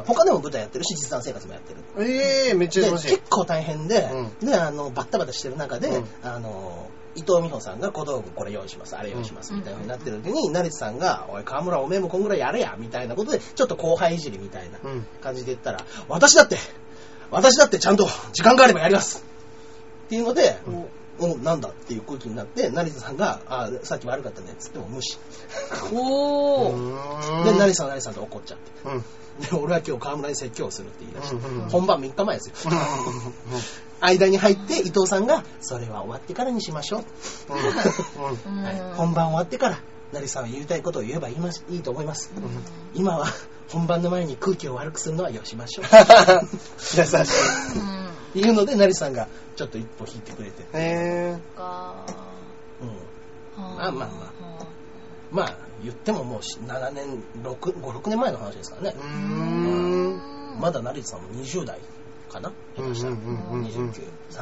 S1: あ。
S2: 他でも舞台やってるし、実産生活もやってる。
S1: ええー、めっちゃ
S2: で、
S1: 楽しい
S2: 結。構大変で、
S1: う
S2: で、あの、バッタバタしてる中で、
S1: うん
S2: あの、伊藤美穂さんが小道具これ用意します、あれ用意します、
S3: うん
S2: みたいな風になってる時に、成田さんが、おい、河村おめえもこんぐらいやれや、みたいなことで、ちょっと後輩いじりみたいな
S1: うん。
S2: 感じで言ったら、私だって、私だってちゃんと時間があればやりますっていうので、おおなんだっていう空気になって、成田さんが、あさっき悪かったね、つっても無視。
S3: おー。
S2: で、成
S1: 何
S2: 田さん成田さんと怒っちゃって。
S1: うん。
S2: で、俺は今日河村に説教するって言い出して、
S1: うんうんうん
S2: 本番3日前ですよ。間に入って伊藤さんが、それは終わってからにしましょう。
S1: うん。
S3: う ん
S2: はい本番終わってから、成さんは言いたいことを言えばいいますいいと思います。今は本番の前に空気を悪くするのはよしましょう。
S1: 優しい。
S3: うん
S2: いうので、成さんがちょっと一歩引いてくれて。
S1: え
S3: か
S2: うん
S3: あ
S2: あまあままあ、言ってももうし7年、6、5、6年前の話ですからね
S1: ー。う。ーん。
S2: まだ成田さんも20代かな下手したら。
S1: うんうん
S3: うんうん
S2: 29、30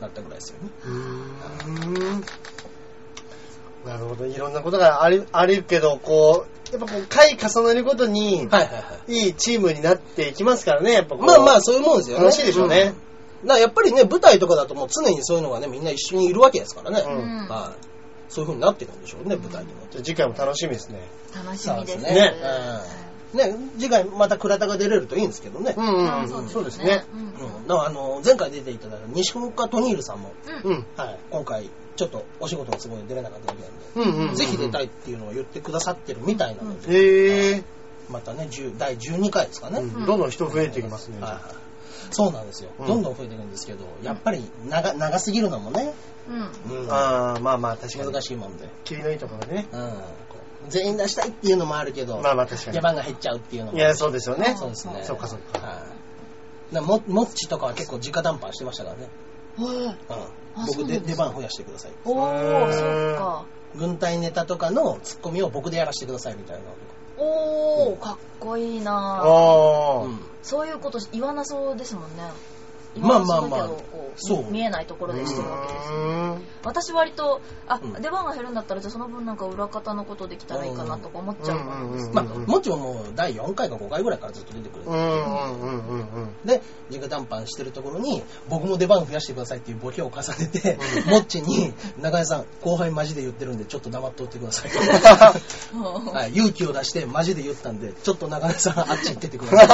S2: なったぐらいですよね。
S1: うーんなるほど。いろんなことがあり、あるけど、こう、やっぱこう、回重ねるごとに、
S2: はいはいはい。
S1: いいチームになっていきますからね、やっぱこう
S2: まあまあ、そういうもんですよね。
S1: 楽しいでしょうね。
S2: うん。だからやっぱりね、舞台とかだともう常にそういうのがね、みんな一緒にいるわけですからね。
S1: うん
S2: はい。そういう風になってるんでしょうね、舞台にも。
S1: じゃあ次回も楽しみですね。
S3: 楽しみです
S2: そうですねね、次回また倉田が出れるといいんですけどね。
S1: う
S2: うん。
S1: んうん、
S3: あ
S1: うん、そ
S3: そうう
S1: で
S3: です
S1: ね
S3: すね。うん
S2: だからあの、前回出ていただいた西岡トニールさんも、
S1: う
S3: うん
S1: ん。
S2: はい、今回ちょっとお仕事の都合で出れなかっただけなんで。
S1: うんうんうん。
S2: ぜひ出た
S1: い。
S2: いっていうのを言ってくださってるみたいなので、
S1: へえ。
S2: またね、10第12回ですかね。
S1: うんどんどん人増えていきますね。
S2: はいはいそうなんですよ、
S1: うん
S2: どんどん増えていくんですけど、やっぱり長長すぎるのもね、
S3: うん
S2: うん
S1: ああ、まあまあ、確かに。
S2: 難しいもんで、
S1: 霧のいいところでね。
S2: うん、こう全員出したいっていうのもあるけど、
S1: まあまあ確かに
S2: 出。番が減っちゃうっていうのも
S1: い。や、そうですよね。
S2: そうですね。
S1: そっかそっか。
S2: はい。だからも、もっちとかは結構直談判してましたからね。
S3: はい。
S2: うん。僕
S3: そうなんで
S2: です出番増やしてください。
S3: お
S1: う
S3: ー、
S1: ん
S3: そっか。
S2: 軍隊ネタとかのツッコミを僕でやらせてくださいみたいな。
S3: おー、かっこいいなぁ。
S1: ああ、
S2: うん。
S3: そういうこと言わなそうですもんね。
S2: まあまあまあ
S3: 言わなそうだけどこう
S2: そう
S3: 見えないところでしてるわけですよ。私割と、あ、出番が減るんだったら、じゃあその分なんか裏方のことできたらいいかなとか思っちゃうか
S1: うんうんうんうん
S2: まあ、もちろんもう第4回か5回ぐらいからずっと出てくるん
S1: うんうんうんうんうん。
S2: で、直談判してるところに、僕も出番増やしてくださいっていうボケを重ねて、もっちに、中谷さん、後輩マジで言ってるんで、ちょっと黙っとってください。
S3: ら。
S2: はい、勇気を出して、マジで言ったんで、ちょっと中谷さん、 あっち行っててください。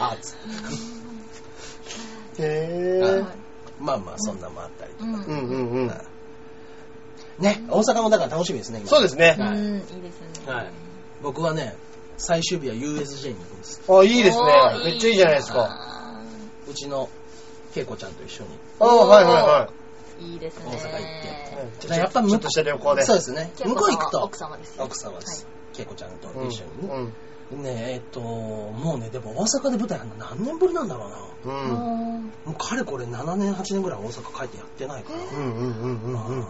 S2: あつ
S1: へえ。
S2: はいまあまあ、そんなもあったりと
S3: う
S2: か。
S3: ん。
S1: う
S3: うんん。
S1: うんうん。
S2: ね、大阪もだから楽しみですね、今
S1: そうですね。
S2: はい
S3: いいですね。
S2: はい。僕はね、最終日は USJ に行くんです。
S1: あ、いいですね
S3: お。ー
S1: めっちゃいいじゃないですか。
S3: か。
S2: うちの、恵子ちゃんと一緒に。
S1: あーはいはい
S3: いですね。
S2: 大阪行って
S1: はい。
S2: じゃあやっぱ向こう
S1: ちょっとした旅行で。
S2: そうですね。
S3: 健
S2: 向
S3: 吾
S2: こう
S3: さん
S2: 行
S3: は
S2: くと、
S3: 奥様です。
S2: 奥様です。恵子ちゃんと
S1: うん。
S2: 一緒にね。
S1: うん。
S2: ねえ、えっと、もうね、でも大阪で舞台やるの何年ぶりなんだろうな。
S1: う
S3: は
S1: ん。
S2: もうかれこれ7年、8年ぐらい大阪帰ってやってないから。
S1: うんうんうんうんうん。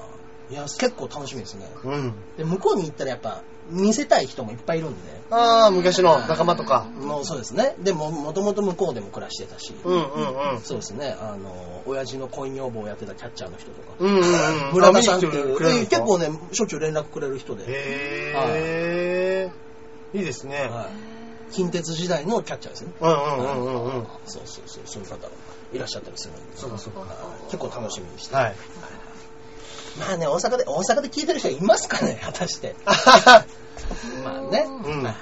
S2: いや、結構楽しみですね。
S1: うん。
S2: で、向こうに行ったらやっぱ、見せたい人もいっぱいいるんで、
S1: ああ、昔の仲間とか。
S2: もうそうですね。でも、もともと向こうでも暮らしてたし、
S1: うんうんうん。
S2: そうですね、あの、親父の恋女房をやってたキャッチャーの人とか、
S1: うんうんうん。
S2: 村田さんっていう、
S1: あ見に来てくれるんです
S2: 結
S1: か
S2: 構ね、しょっちゅう連絡くれる人で、
S1: へえ。いいですね。
S2: はい近鉄時代のキャッチャーですね。
S1: うんうんうんうんうん。
S2: そうそうそう、そういう方がいらっしゃったりするんで、
S1: そうかそうか。
S2: はい結構楽しみにして
S1: はい。
S2: まあね、大阪で、大阪で聞いてる人いますかね、果た して。
S1: あはは
S2: まあね。
S1: うん。
S2: あ、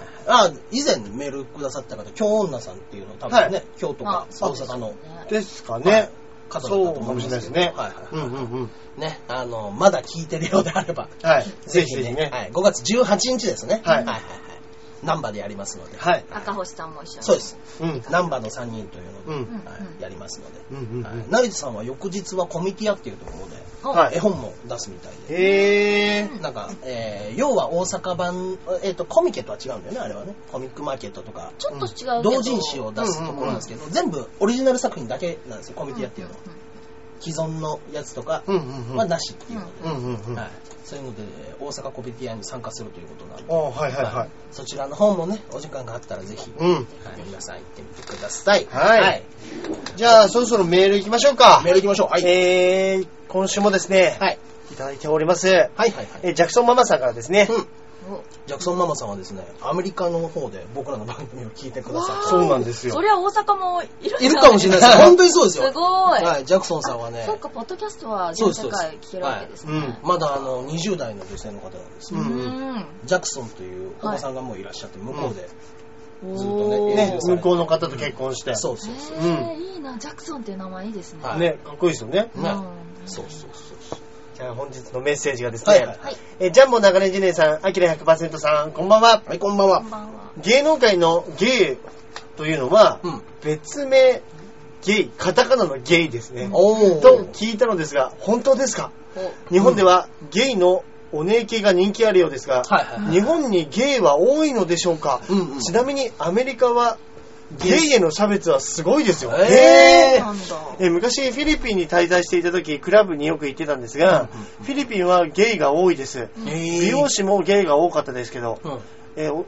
S2: 以前メールくださった方、京女さんっていうの多分ね、
S1: はい
S2: 京都か大阪の
S1: ですか
S2: は
S1: ね
S2: い。方だったと
S1: そうか
S2: 思うん
S1: もし
S2: け
S1: れ
S2: ど
S1: ないですね。
S2: はいはい、
S1: うんうんうん。
S2: ね、あの、まだ聞いてるようであ れば、
S1: はい。
S2: ぜひね、はい、5月18日ですね。
S1: はい
S2: はいはいナンバーでやりますので。
S1: はい。
S3: 赤星さんも一緒に。
S2: そうです。。
S1: うん。
S2: ナンバーの3人というので、
S1: うん。
S3: うん
S2: はい
S3: うん
S2: やりますので。
S1: うんうん
S2: はい成田さんは翌日はコミティアっていうところで、
S1: は
S2: 絵
S1: い。
S2: 本も出すみたいで。
S1: へえ。
S2: なんか、えー、要は大阪版、えっ、と、コミケとは違うんだよね、あれはね。コミックマーケットとか、
S3: ちょっと違うけど。
S2: 同人誌を出すところなんですけど、全部オリジナル作品だけなんですよ、コミティアっていうのは。既存のやつとか
S1: うんうんうん。
S2: はなしっていうので、
S1: うんうんうん。
S2: は
S1: あ
S2: い。そういうので、大阪コミティアに参加するということなんで、
S1: はいはいはい。
S2: そちらの方もね、お時間があったらぜひ、
S1: うん。
S2: はい、皆さん行ってみてください。
S1: はいじゃあ、そろそろメール行きましょうか。
S2: メール行きましょう。はい。はい。
S1: えー、今週もですね、
S2: はい
S1: いただいております。
S2: はいはい。
S1: えージャクソンママさんからですね。
S2: うん
S3: お
S2: ジャクソンママさんはですね、アメリカの方で僕らの番組を聞いてくださっ
S3: わ
S2: て
S3: ー
S1: そうなんですよ
S3: そりゃ大阪もいるんじ
S2: い
S3: ゃ
S2: るかもしれないです。本当にそうですよ。
S3: すごい。
S2: はい、ジャクソンさんはね
S3: そ、っか、ポッドキャストは全世界聞けるわけですね。
S1: そうです
S2: まだあの20代の女性の方なんです
S1: う
S3: う
S1: は
S2: よ。
S1: い
S3: ん。
S2: ジャクソンというお子さんがもういらっしゃって、向こうで。ずっとね
S3: おー
S1: ね、向こうの方と結婚して。
S2: そうそうそう。
S3: えーいいな、ジャクソンっていう名前いいですね。
S2: はい
S1: ね、かっこいいですよね。
S3: うん
S2: ねそうそうそう。
S1: じゃあ、本日のメッセージがです
S2: はい
S1: ね、
S2: はい。
S3: はい、
S1: えージャンボ流れジェネさん、アキラ100%さん、こんばんは。
S2: はい、こんばん
S3: こ
S2: は
S3: ん。ばんは。
S1: 芸能界のゲイというのは、
S2: うん。
S1: 別名、ゲイ、カタカナのゲイですね。
S2: お
S1: と
S2: ー。
S1: 聞いたのですが、本当ですか
S3: お
S1: 日本ではゲイのお姉系が人気あるようですが、
S2: はいはいはい。
S1: 日本にゲイは多いのでしょうか、
S2: うんうん
S1: ちなみにアメリカはゲイへの差別はすごいですよ。
S2: えー
S3: なんだ。
S1: えー昔フィリピンに滞在していた時クラブによく行ってたんですが、
S2: うんうん
S1: フィリピンはゲイが多いです。美容師もゲイが多かったですけど、
S2: うん。
S1: えーお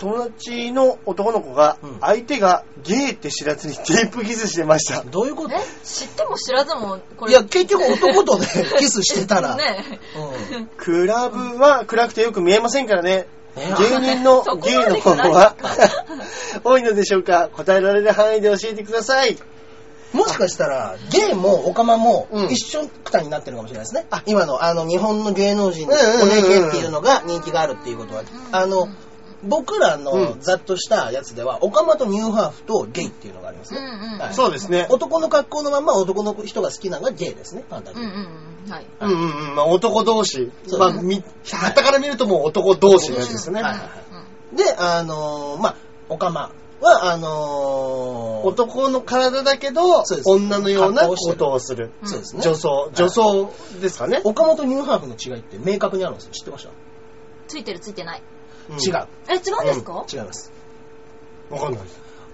S1: 友達の男の子が
S2: うん
S1: 相手がゲイって知らずに テープキスしてました。
S2: どういうこと
S3: え、知っても知らずも、これ。
S2: いや、結局男とね、 キスしてたら。
S3: ね
S2: うん。
S1: クラブは暗くてよく見えませんからね。
S2: え
S1: 芸人の
S3: そこまで
S1: 芸の方は 多いのでしょうか答えられる範囲で教えてください。
S2: もしかしたら、ゲイもオカマも
S1: うん
S2: 一緒くたになってるかもしれないですね。あ、今の、あの、日本の芸能人の
S1: うんうんうん
S2: お姉系っていうのが人気があるっていうことは、あの、僕ら
S1: う
S2: の
S1: ん
S2: ざっとしたやつでは、オカマとニューハーフとゲイっていうのがあります
S3: うん
S2: ね。
S3: うん。
S2: はい
S1: そうですね。
S2: 男の格好のまんま男の人が好きなのがゲイですね、簡単
S3: う
S2: に
S3: んうんうん。はい。
S1: うんうんうん。まあ男同士。
S2: そう
S1: まあ、み、はたから見るともう男同士のやつですね。
S2: はいはいで、あのーまあ、オカマは、あのー
S1: 男の体だけど
S2: そうで、す
S1: 女のような
S2: 格好をして
S1: こ
S2: る
S1: とをする。
S2: そうですね。
S1: 女装、女装ですかね。
S2: オカマとニューハーフの違いって明確にあるんですよ。知ってました
S3: ついてるついてない。
S1: うん
S2: 違う。わ
S3: え、違うんですか、
S2: 違います。
S1: わかんない。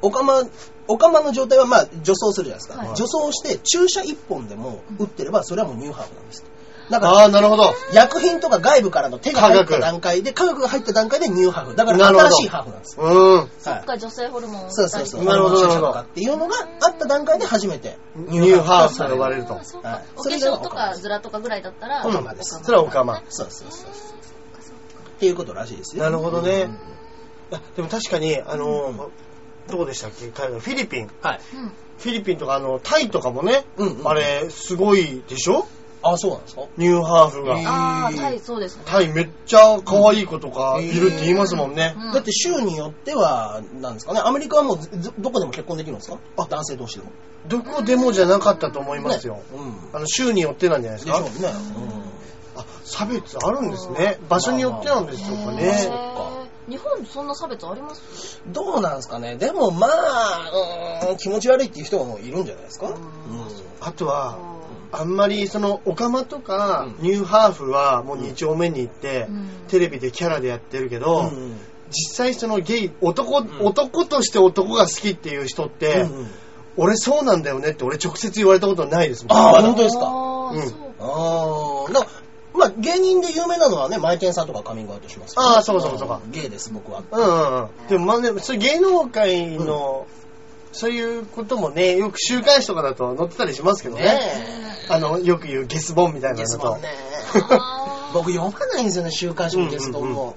S2: おかま、おかまの状態はまあ、除草するじゃないですか。
S3: はい
S2: 除草して、注射1本でも打ってれば、それはもうニューハーフなんです。だから、
S1: ああ、なるほど。
S2: 薬品とか外部からの手が入っ
S1: 科
S2: た
S1: 学
S2: 段階で、科学が入った段階でニューハーフ。だから
S1: なるほど
S2: 新しいハーフなんです。
S1: うん。
S3: そっ
S2: はい
S3: か、女性ホルモンを打った
S2: そう
S3: り
S2: そうそう。
S1: なるほど
S2: 注射とかっていうのがあった段階で初めて
S1: ニューハーフ
S2: さ
S1: と
S2: れ
S1: 呼
S2: る
S1: ばれると
S3: あ。そう
S2: は
S3: か
S2: い。
S3: お
S2: そ
S3: 化
S2: れで
S3: 粧とかズラとかぐらいだったら、
S2: う
S1: うんん
S2: オカマです
S1: それはオカマ。
S2: そうそうそうそう。っていうことらしいですよ。
S1: なるほど
S2: う
S1: ね
S2: ん
S1: あでも確かに、あの
S2: うん
S1: ー、どこでしたっけ海外フィリピン。
S2: はい。
S3: うん。
S1: フィリピンとか、あの、タイとかもね、
S2: うんうん
S1: あれ、すごいでしょ
S2: あ、そうなんですか
S1: ニューハーフ
S2: へ
S1: が。
S3: あー、タイ、そうですね。
S1: タイめっちゃ可愛い子とかいるって言いますもんね。
S3: うん
S2: だって州によっては、なんですかね、アメリカはもうずずどこでも結婚できるんですかあ、男性同士でも。
S1: どこでもじゃなかったと思いますよ
S2: ね。うん。
S1: あの、州によってなんじゃないで
S2: ですしょ
S1: か
S2: うね。
S1: あ、差別あるんですね。場所によってなんですよか
S3: へー
S1: ね。
S3: 日本そんな差別あります
S2: うん。どうなんですかね。でもまあ、うーん、気持ち悪いっていう人はもういるんじゃないですか。うん。
S1: あとは、あんまりその、オカマとか、
S2: うん
S1: ニューハーフはもう2丁目に行って、
S3: うん
S1: テレビでキャラでやってるけど、
S2: うん
S1: 実際そのゲイ、男、
S2: ん
S1: 男として男が好きっていう人って、
S2: うんうん
S1: 俺そうなんだよねって俺直接言われたことないですもん。
S2: あー本当ですか
S3: あー
S1: うん
S3: そうか
S2: あー、だからまあ芸人で有名なのはね、マイケンさんとかカミングアウトしますよね
S1: ああ、そうかそうかそうか。
S2: ゲイです、僕は。
S1: うんうんうん。でもまあね、そういう芸能界の、そういうこともね、よく週刊誌とかだと載ってたりしますけどね。
S2: ね
S1: あの、よく言うゲスボンみたい
S2: え。
S1: な
S2: ゲ
S1: の
S2: ス
S1: と。
S2: ボンね。
S3: あー
S2: 僕読まないんですよね、週刊誌もゲスボン
S1: うんうん
S2: も。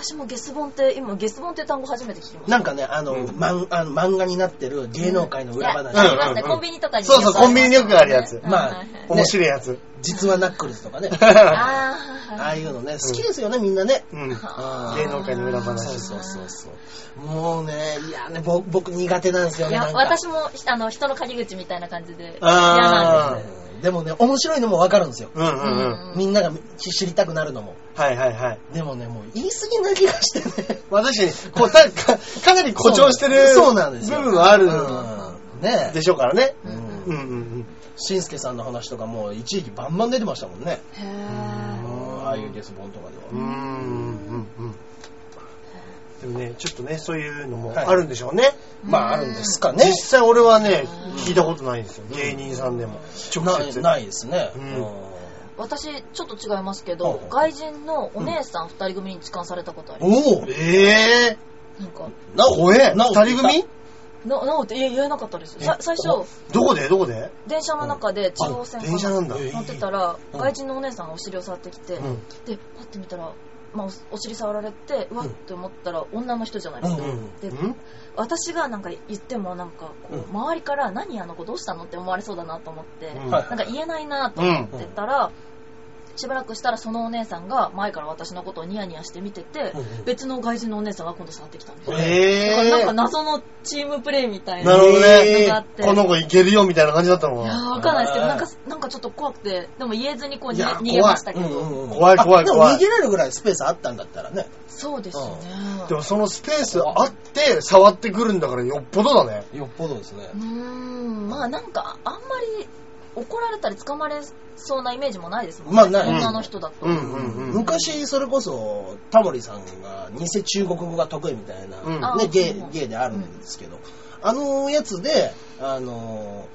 S3: 私もゲス本って、今ゲス本って単語初めて聞きました。
S2: なんかね、あの、
S1: うん
S2: まんあの漫画になってる芸能界の裏話。
S3: いやありま
S1: うん
S3: すね
S1: うんうん
S3: コンビニとかに。
S1: そうそうコンビニによくあるやつ
S3: はい
S2: まあ
S3: はいはい
S2: ね
S1: 面白いやつ。
S2: 実はナックルズと かね。
S3: あーはい
S2: あ
S3: は
S2: あ
S3: い
S2: いうのね、好きですよね、みんなね。
S1: うん。
S2: あー
S1: 芸能界の裏話。
S2: そうそうそうそう。もうね、いやね、僕僕苦手なんですよ
S3: い
S2: ね。な
S3: や
S2: ん、か
S3: 私も、あの、人の陰口みたいな感じで、嫌なん
S1: あー
S2: うんでもね、面白いのもわかるんですよ。
S1: うんうん
S3: です。
S1: うん。
S3: うん
S2: みんなが知知りたくなるのも。
S1: はいはいはい。
S2: でもね、もう言い過ぎな気がしてね。
S1: まあ確かに、こうたか、かなり誇張してる
S2: そうなんですよ
S1: 部分はある
S2: うんねえ
S1: でしょうからね。
S2: う。
S1: うんんうん
S2: しんすけさんの話とかもう一時期バンバン出てましたもんね。
S3: へー
S2: うんああいうゲスボンとかでは。
S1: うん。うーんうんうん。でもね、ちょっとね、そういうのもあるんでしょうね。
S2: まああるんですかね
S1: 実。際俺はね、聞いたことないんですよ。芸人さんでも。
S2: な
S1: 直
S2: い
S1: 接。
S2: ないですね。
S1: うん
S3: 私、ちょっと違いますけ
S2: ほう
S3: ど
S2: ほう、
S3: 外人のお姉さん二人組に痴漢されたことありま
S2: おお
S1: ええ
S3: す。なんか、
S1: ー。怖え。
S2: なお
S1: 二人組
S3: な、なおって言え言えなかったです。さ最初、
S1: どこでどこで
S3: 電車の中で中央線
S1: あ電車なんだ
S3: 乗ってたら、
S2: うん
S3: 外人のお姉さんがお尻を触ってきて、
S1: うん
S3: で、パッて見たら、まあ、おお尻触られて、うわっって思ったら、女の人じゃないですか。
S2: うんうん
S3: で
S1: うん
S3: 私がなんか言ってもなんかこう、
S2: うん
S3: 周りから何あの子どうしたのって思われそうだなと思って、
S1: うん
S2: はい
S3: なんか言えないなと思ってたら、しばらくしたらそのお姉さんが前から私のことをニヤニヤして見てて、
S2: うんうん
S3: 別の外人のお姉さんが今度触ってきたんですよ、だから
S1: ええ
S3: なんか
S1: ー。
S3: 謎のチームプレイみたい
S1: な
S3: な
S1: るほど
S3: の
S1: ね
S3: があっ。て、
S1: この子いけるよみたいな感じだったの
S3: いや
S1: か
S3: ーわかんないですけど
S2: あー
S3: なんかなんかちょっと怖くてでも言えずにこう逃
S1: い
S3: げ
S1: や
S3: 逃げましたけど、
S1: 怖い怖い怖い
S2: あでも逃げれるぐらいスペースあったんだったらね。
S3: そうですね、
S1: な。でもそのスペースあって触ってくるんだからよっぽどだね。
S2: よっぽどですね
S3: うーんまあなんかあんまり怒られたり捕まれそうなイメージもないですもんね、
S2: まあない
S3: 女の人だと、
S1: うんうんうん。
S2: 昔、それこそ、タモリさんが偽中国語が得意みたいな、
S1: う
S2: ね
S1: ん
S3: あ、
S2: ゲ
S3: そう
S2: ーゲーであるんですけど、あのやつで、あの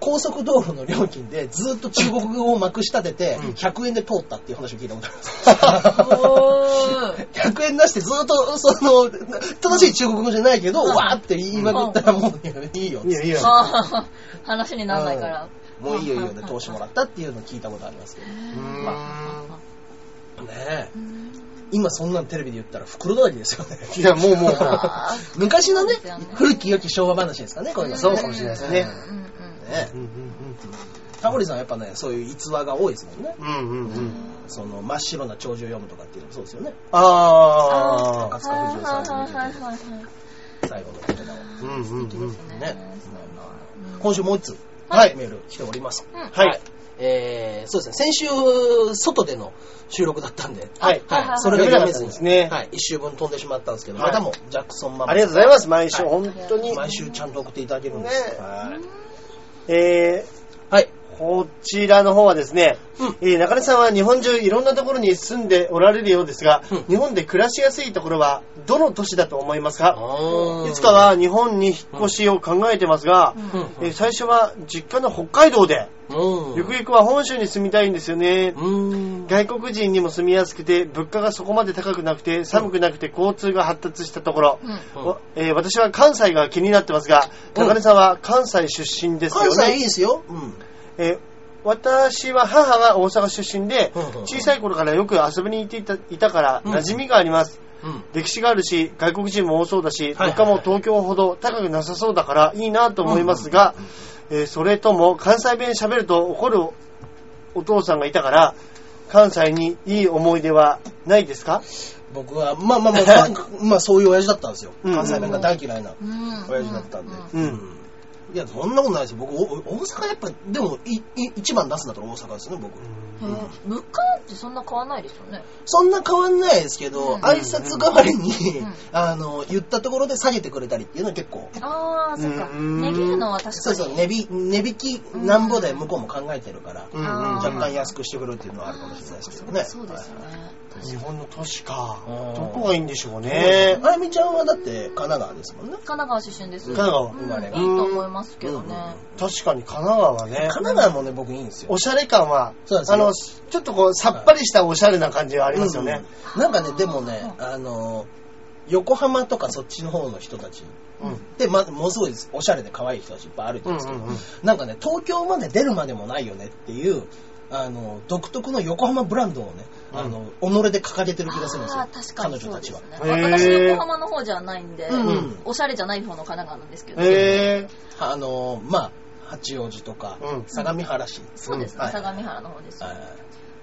S2: 高速道路の料金でずっと中国語をまくし立てて、
S1: うん
S2: 100円で通ったっていう話を聞いたことあります。
S3: おー
S2: 100円出してずっと、その、正しい中国語じゃないけど、わーって言いまくったらもう、いいよっ
S1: いい
S2: つっ
S1: よ
S2: て
S1: いいよ。
S3: あー 話にならないから、
S2: もういいよいいよで投資も らったっていうのを聞いたことありますけど。
S1: うーん
S2: ねえ。今そんなんテレビで言ったら袋だらけですよね。
S1: いや、もうもう。
S3: あ ー
S2: 昔のね
S3: そうですよね、
S2: 古き良き昭和話ですかね、こういうのね
S1: そうかもしれないですね。
S3: うんうん
S2: ね
S1: うんうん
S2: タモリさんはやっぱね、そういう逸話が多いですもんね。
S1: うん。うんうんうん。
S2: その真っ白な長寿を読むとかっていうのもそうですよね。
S1: あ
S2: 赤
S1: あ。
S2: 塚不二夫さ
S3: はい
S2: ん
S3: はいは
S2: に
S3: いはい
S2: 最後の言葉を。
S1: うんうんうん。
S2: ね
S3: う。ん
S2: 今週もう一つ、
S1: はい
S2: メール来ております。
S3: うん
S1: はい。
S2: えー、そうですね、先週、外での収録だったんで、
S1: はい
S3: はいはい
S2: それが読めず
S1: 読めなかった
S2: に
S1: ですね
S2: はい、一週分飛んでしまったんですけど、
S1: はい
S2: またもジャクソンママ
S1: ありがとうございます。毎週、
S2: はい
S1: 本当に。
S2: 毎週ちゃんと送っていただけるんで
S1: ね
S2: す。はい
S1: えー、
S2: はい。
S1: こちらの方はですね、
S2: うん
S1: えー中根さんは日本中いろんなところに住んでおられるようですが、
S2: うん
S1: 日本で暮らしやすいところはどの都市だと思いますか、
S2: あー
S1: いつかは日本に引っ越しを考えてますが、
S3: うん
S2: う
S1: えー最初は実家の北海道で、
S2: ん。
S1: ゆくゆくは本州に住みたいんですよね。
S2: うん。
S1: 外国人にも住みやすくて、物価がそこまで高くなくて、寒くなくて交通が発達したところ、
S3: うん
S2: うん
S1: おえー私は関西が気になってますが、
S2: うん
S1: 中根さんは関西出身ですよね。
S2: 関西いいですよ。うん。
S1: えー私は母が大阪出身で
S2: うんうんうん、
S1: 小さい頃からよく遊びに行っていたいたから、
S2: うん
S1: 馴染みがあります。
S2: うん。
S1: 歴史があるし、外国人も多そうだ
S2: は
S1: し、
S2: いはい
S1: 物価も東京ほど高くなさそうだからいいなと思いますが、えーそれとも関西弁喋ると怒るお父さんがいたから、関西にいい思い出はないですか
S2: 僕は、まあまあまあ、まあ、まあそういう親父だったんですよ。
S1: うん
S2: 関西弁が大嫌いな
S3: うん
S2: 親父だったんで。
S1: うん
S2: いや、そんなことないですよ。僕、おお大阪やっぱ、でも、いい一番出すんだったら大阪ですね、僕。
S3: へー物価なんてそんな変わんないですよね。
S2: そんな変わんないですけど、
S3: うん
S2: 挨拶代わりに、
S3: うん
S2: あの、言ったところで下げてくれたりっていうのは結構、
S3: あー、そっか。
S1: うん
S3: 値切るのは確かに。
S2: そうそう、値引値引きなんぼで向こうも考えてるから、
S1: うんうん
S3: あー
S2: 若干安くしてくるっていうのはあるかもしれないですけどね。
S3: そうですね。
S1: 日本の都市か
S2: うん。
S1: どこがいいんでしょう
S2: え
S1: ね。
S2: あゆみちゃんはだって神奈川ですもんね。
S3: 神奈川出身です。
S1: 神奈川
S3: うん
S2: 生まれが
S3: いいと思いますけどね。
S1: 確かに神奈川ね
S2: 神。奈川もね、僕いいんですよ
S1: お。しゃれ感は、
S2: そうなんです
S1: あ
S2: よ
S1: の、ちょっとこう、さっぱりしたおしゃれな感じがありますよね。
S2: うんなんかね、でもね、あの、横浜とかそっちの方の人たち
S1: うん。
S2: で、ま、ものすごいですおしゃれで可愛い人たちいっぱい歩いてるんですけど、
S1: うんうんうん
S2: なんかね、東京まで出るまでもないよねっていう、あの、独特の横浜ブランドをね、
S1: うん
S2: あの、己で掲げてる気がするんですよ
S3: あ。ー確か
S2: 彼女
S3: にそう
S2: た
S3: で
S2: ち
S3: す
S2: は
S3: ね。。
S1: 彼女たちは
S3: 私
S1: へー
S3: 横浜の方じゃないんで、
S2: うんうん
S3: おしゃれじゃない方の神奈川なんですけど、
S1: へ
S2: あの、まあ、八王子とか、
S1: うん
S2: 相模原市。
S3: そうですね、
S2: はい
S3: 相模原の方ですよ、
S2: はい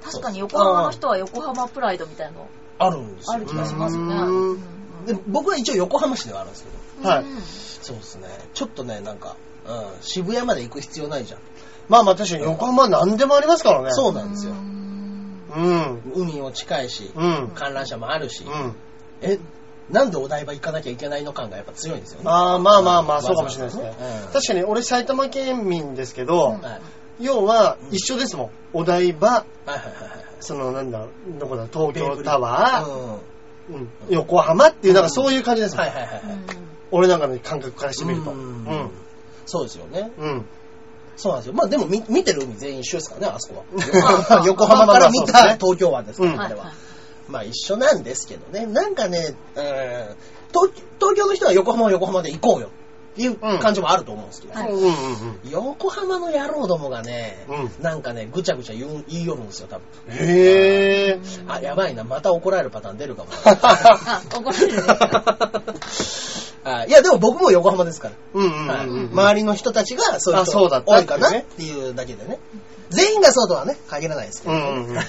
S3: 確かに横浜の人は横浜プライドみたいの
S2: あるんです
S3: あ
S2: よ
S3: る気がしますね。
S1: う
S3: うんん
S2: で僕は一応横浜市ではあるんですけど、
S1: はい
S3: うん
S2: そうですね。ちょっとね、なんか、うん、渋谷まで行く必要ないじゃん。
S1: まあまあ確かに横浜は何でもありますからね。
S2: そうなんですよ
S3: う。ん
S1: うん。
S2: 海も近いし、
S1: うん。
S2: 観覧車もあるし、
S1: うん。
S2: え、なんでお台場行かなきゃいけないの感がやっぱ強いんですよね。
S1: ああ、まあまあまあ、
S2: うん
S1: そうかもしれないですね
S2: う。ん
S1: 確かに俺埼玉県民ですけど、
S3: うん
S2: はい
S1: 要は一緒ですもん。お台場、
S2: はいはいはいはい。
S1: そのなんだろう、どこだ、東
S2: ベイブ
S1: 京
S2: リ
S1: タワー、
S2: うん。
S1: うん横浜っていう、なんかそういう感じですも
S2: は
S1: ん
S2: い。はいはいはい。
S1: 俺なんかの感覚からしてみると。う
S2: うん
S1: ん。
S2: そうですよね。
S1: うん。
S2: そうなんですよ。まあでも見見てる海全員一緒ですからね、あそこ
S1: まあま
S2: は
S1: あ。
S2: 横浜から見
S1: まあまあ
S2: た東京湾ですか
S1: うん
S2: ら、あれは。まあ一緒なんですけどね。なんかね、うん東東京の人は横浜は横浜で行こうよっていう感じもあると思うんですけど。
S3: はい
S1: うんうんうん。
S2: 横浜の野郎どもがね、
S1: う
S2: なんかね、ぐちゃぐちゃ言う言いよるんですよ、多分。
S1: へえ。
S2: あ、やばいな、また怒られるパターン出るかも。
S3: あ、怒られるね。
S2: あいや、でも僕も横浜ですから。
S1: うんうん
S2: はい
S1: うんうん。
S2: 周りの人たちがそういう
S1: あそうだ
S2: 人
S1: った
S2: 多いかな
S1: っていうね
S2: っていうだけでね。全員がそうとはね、限らないですけ
S1: う
S2: ど。
S1: んうんうん。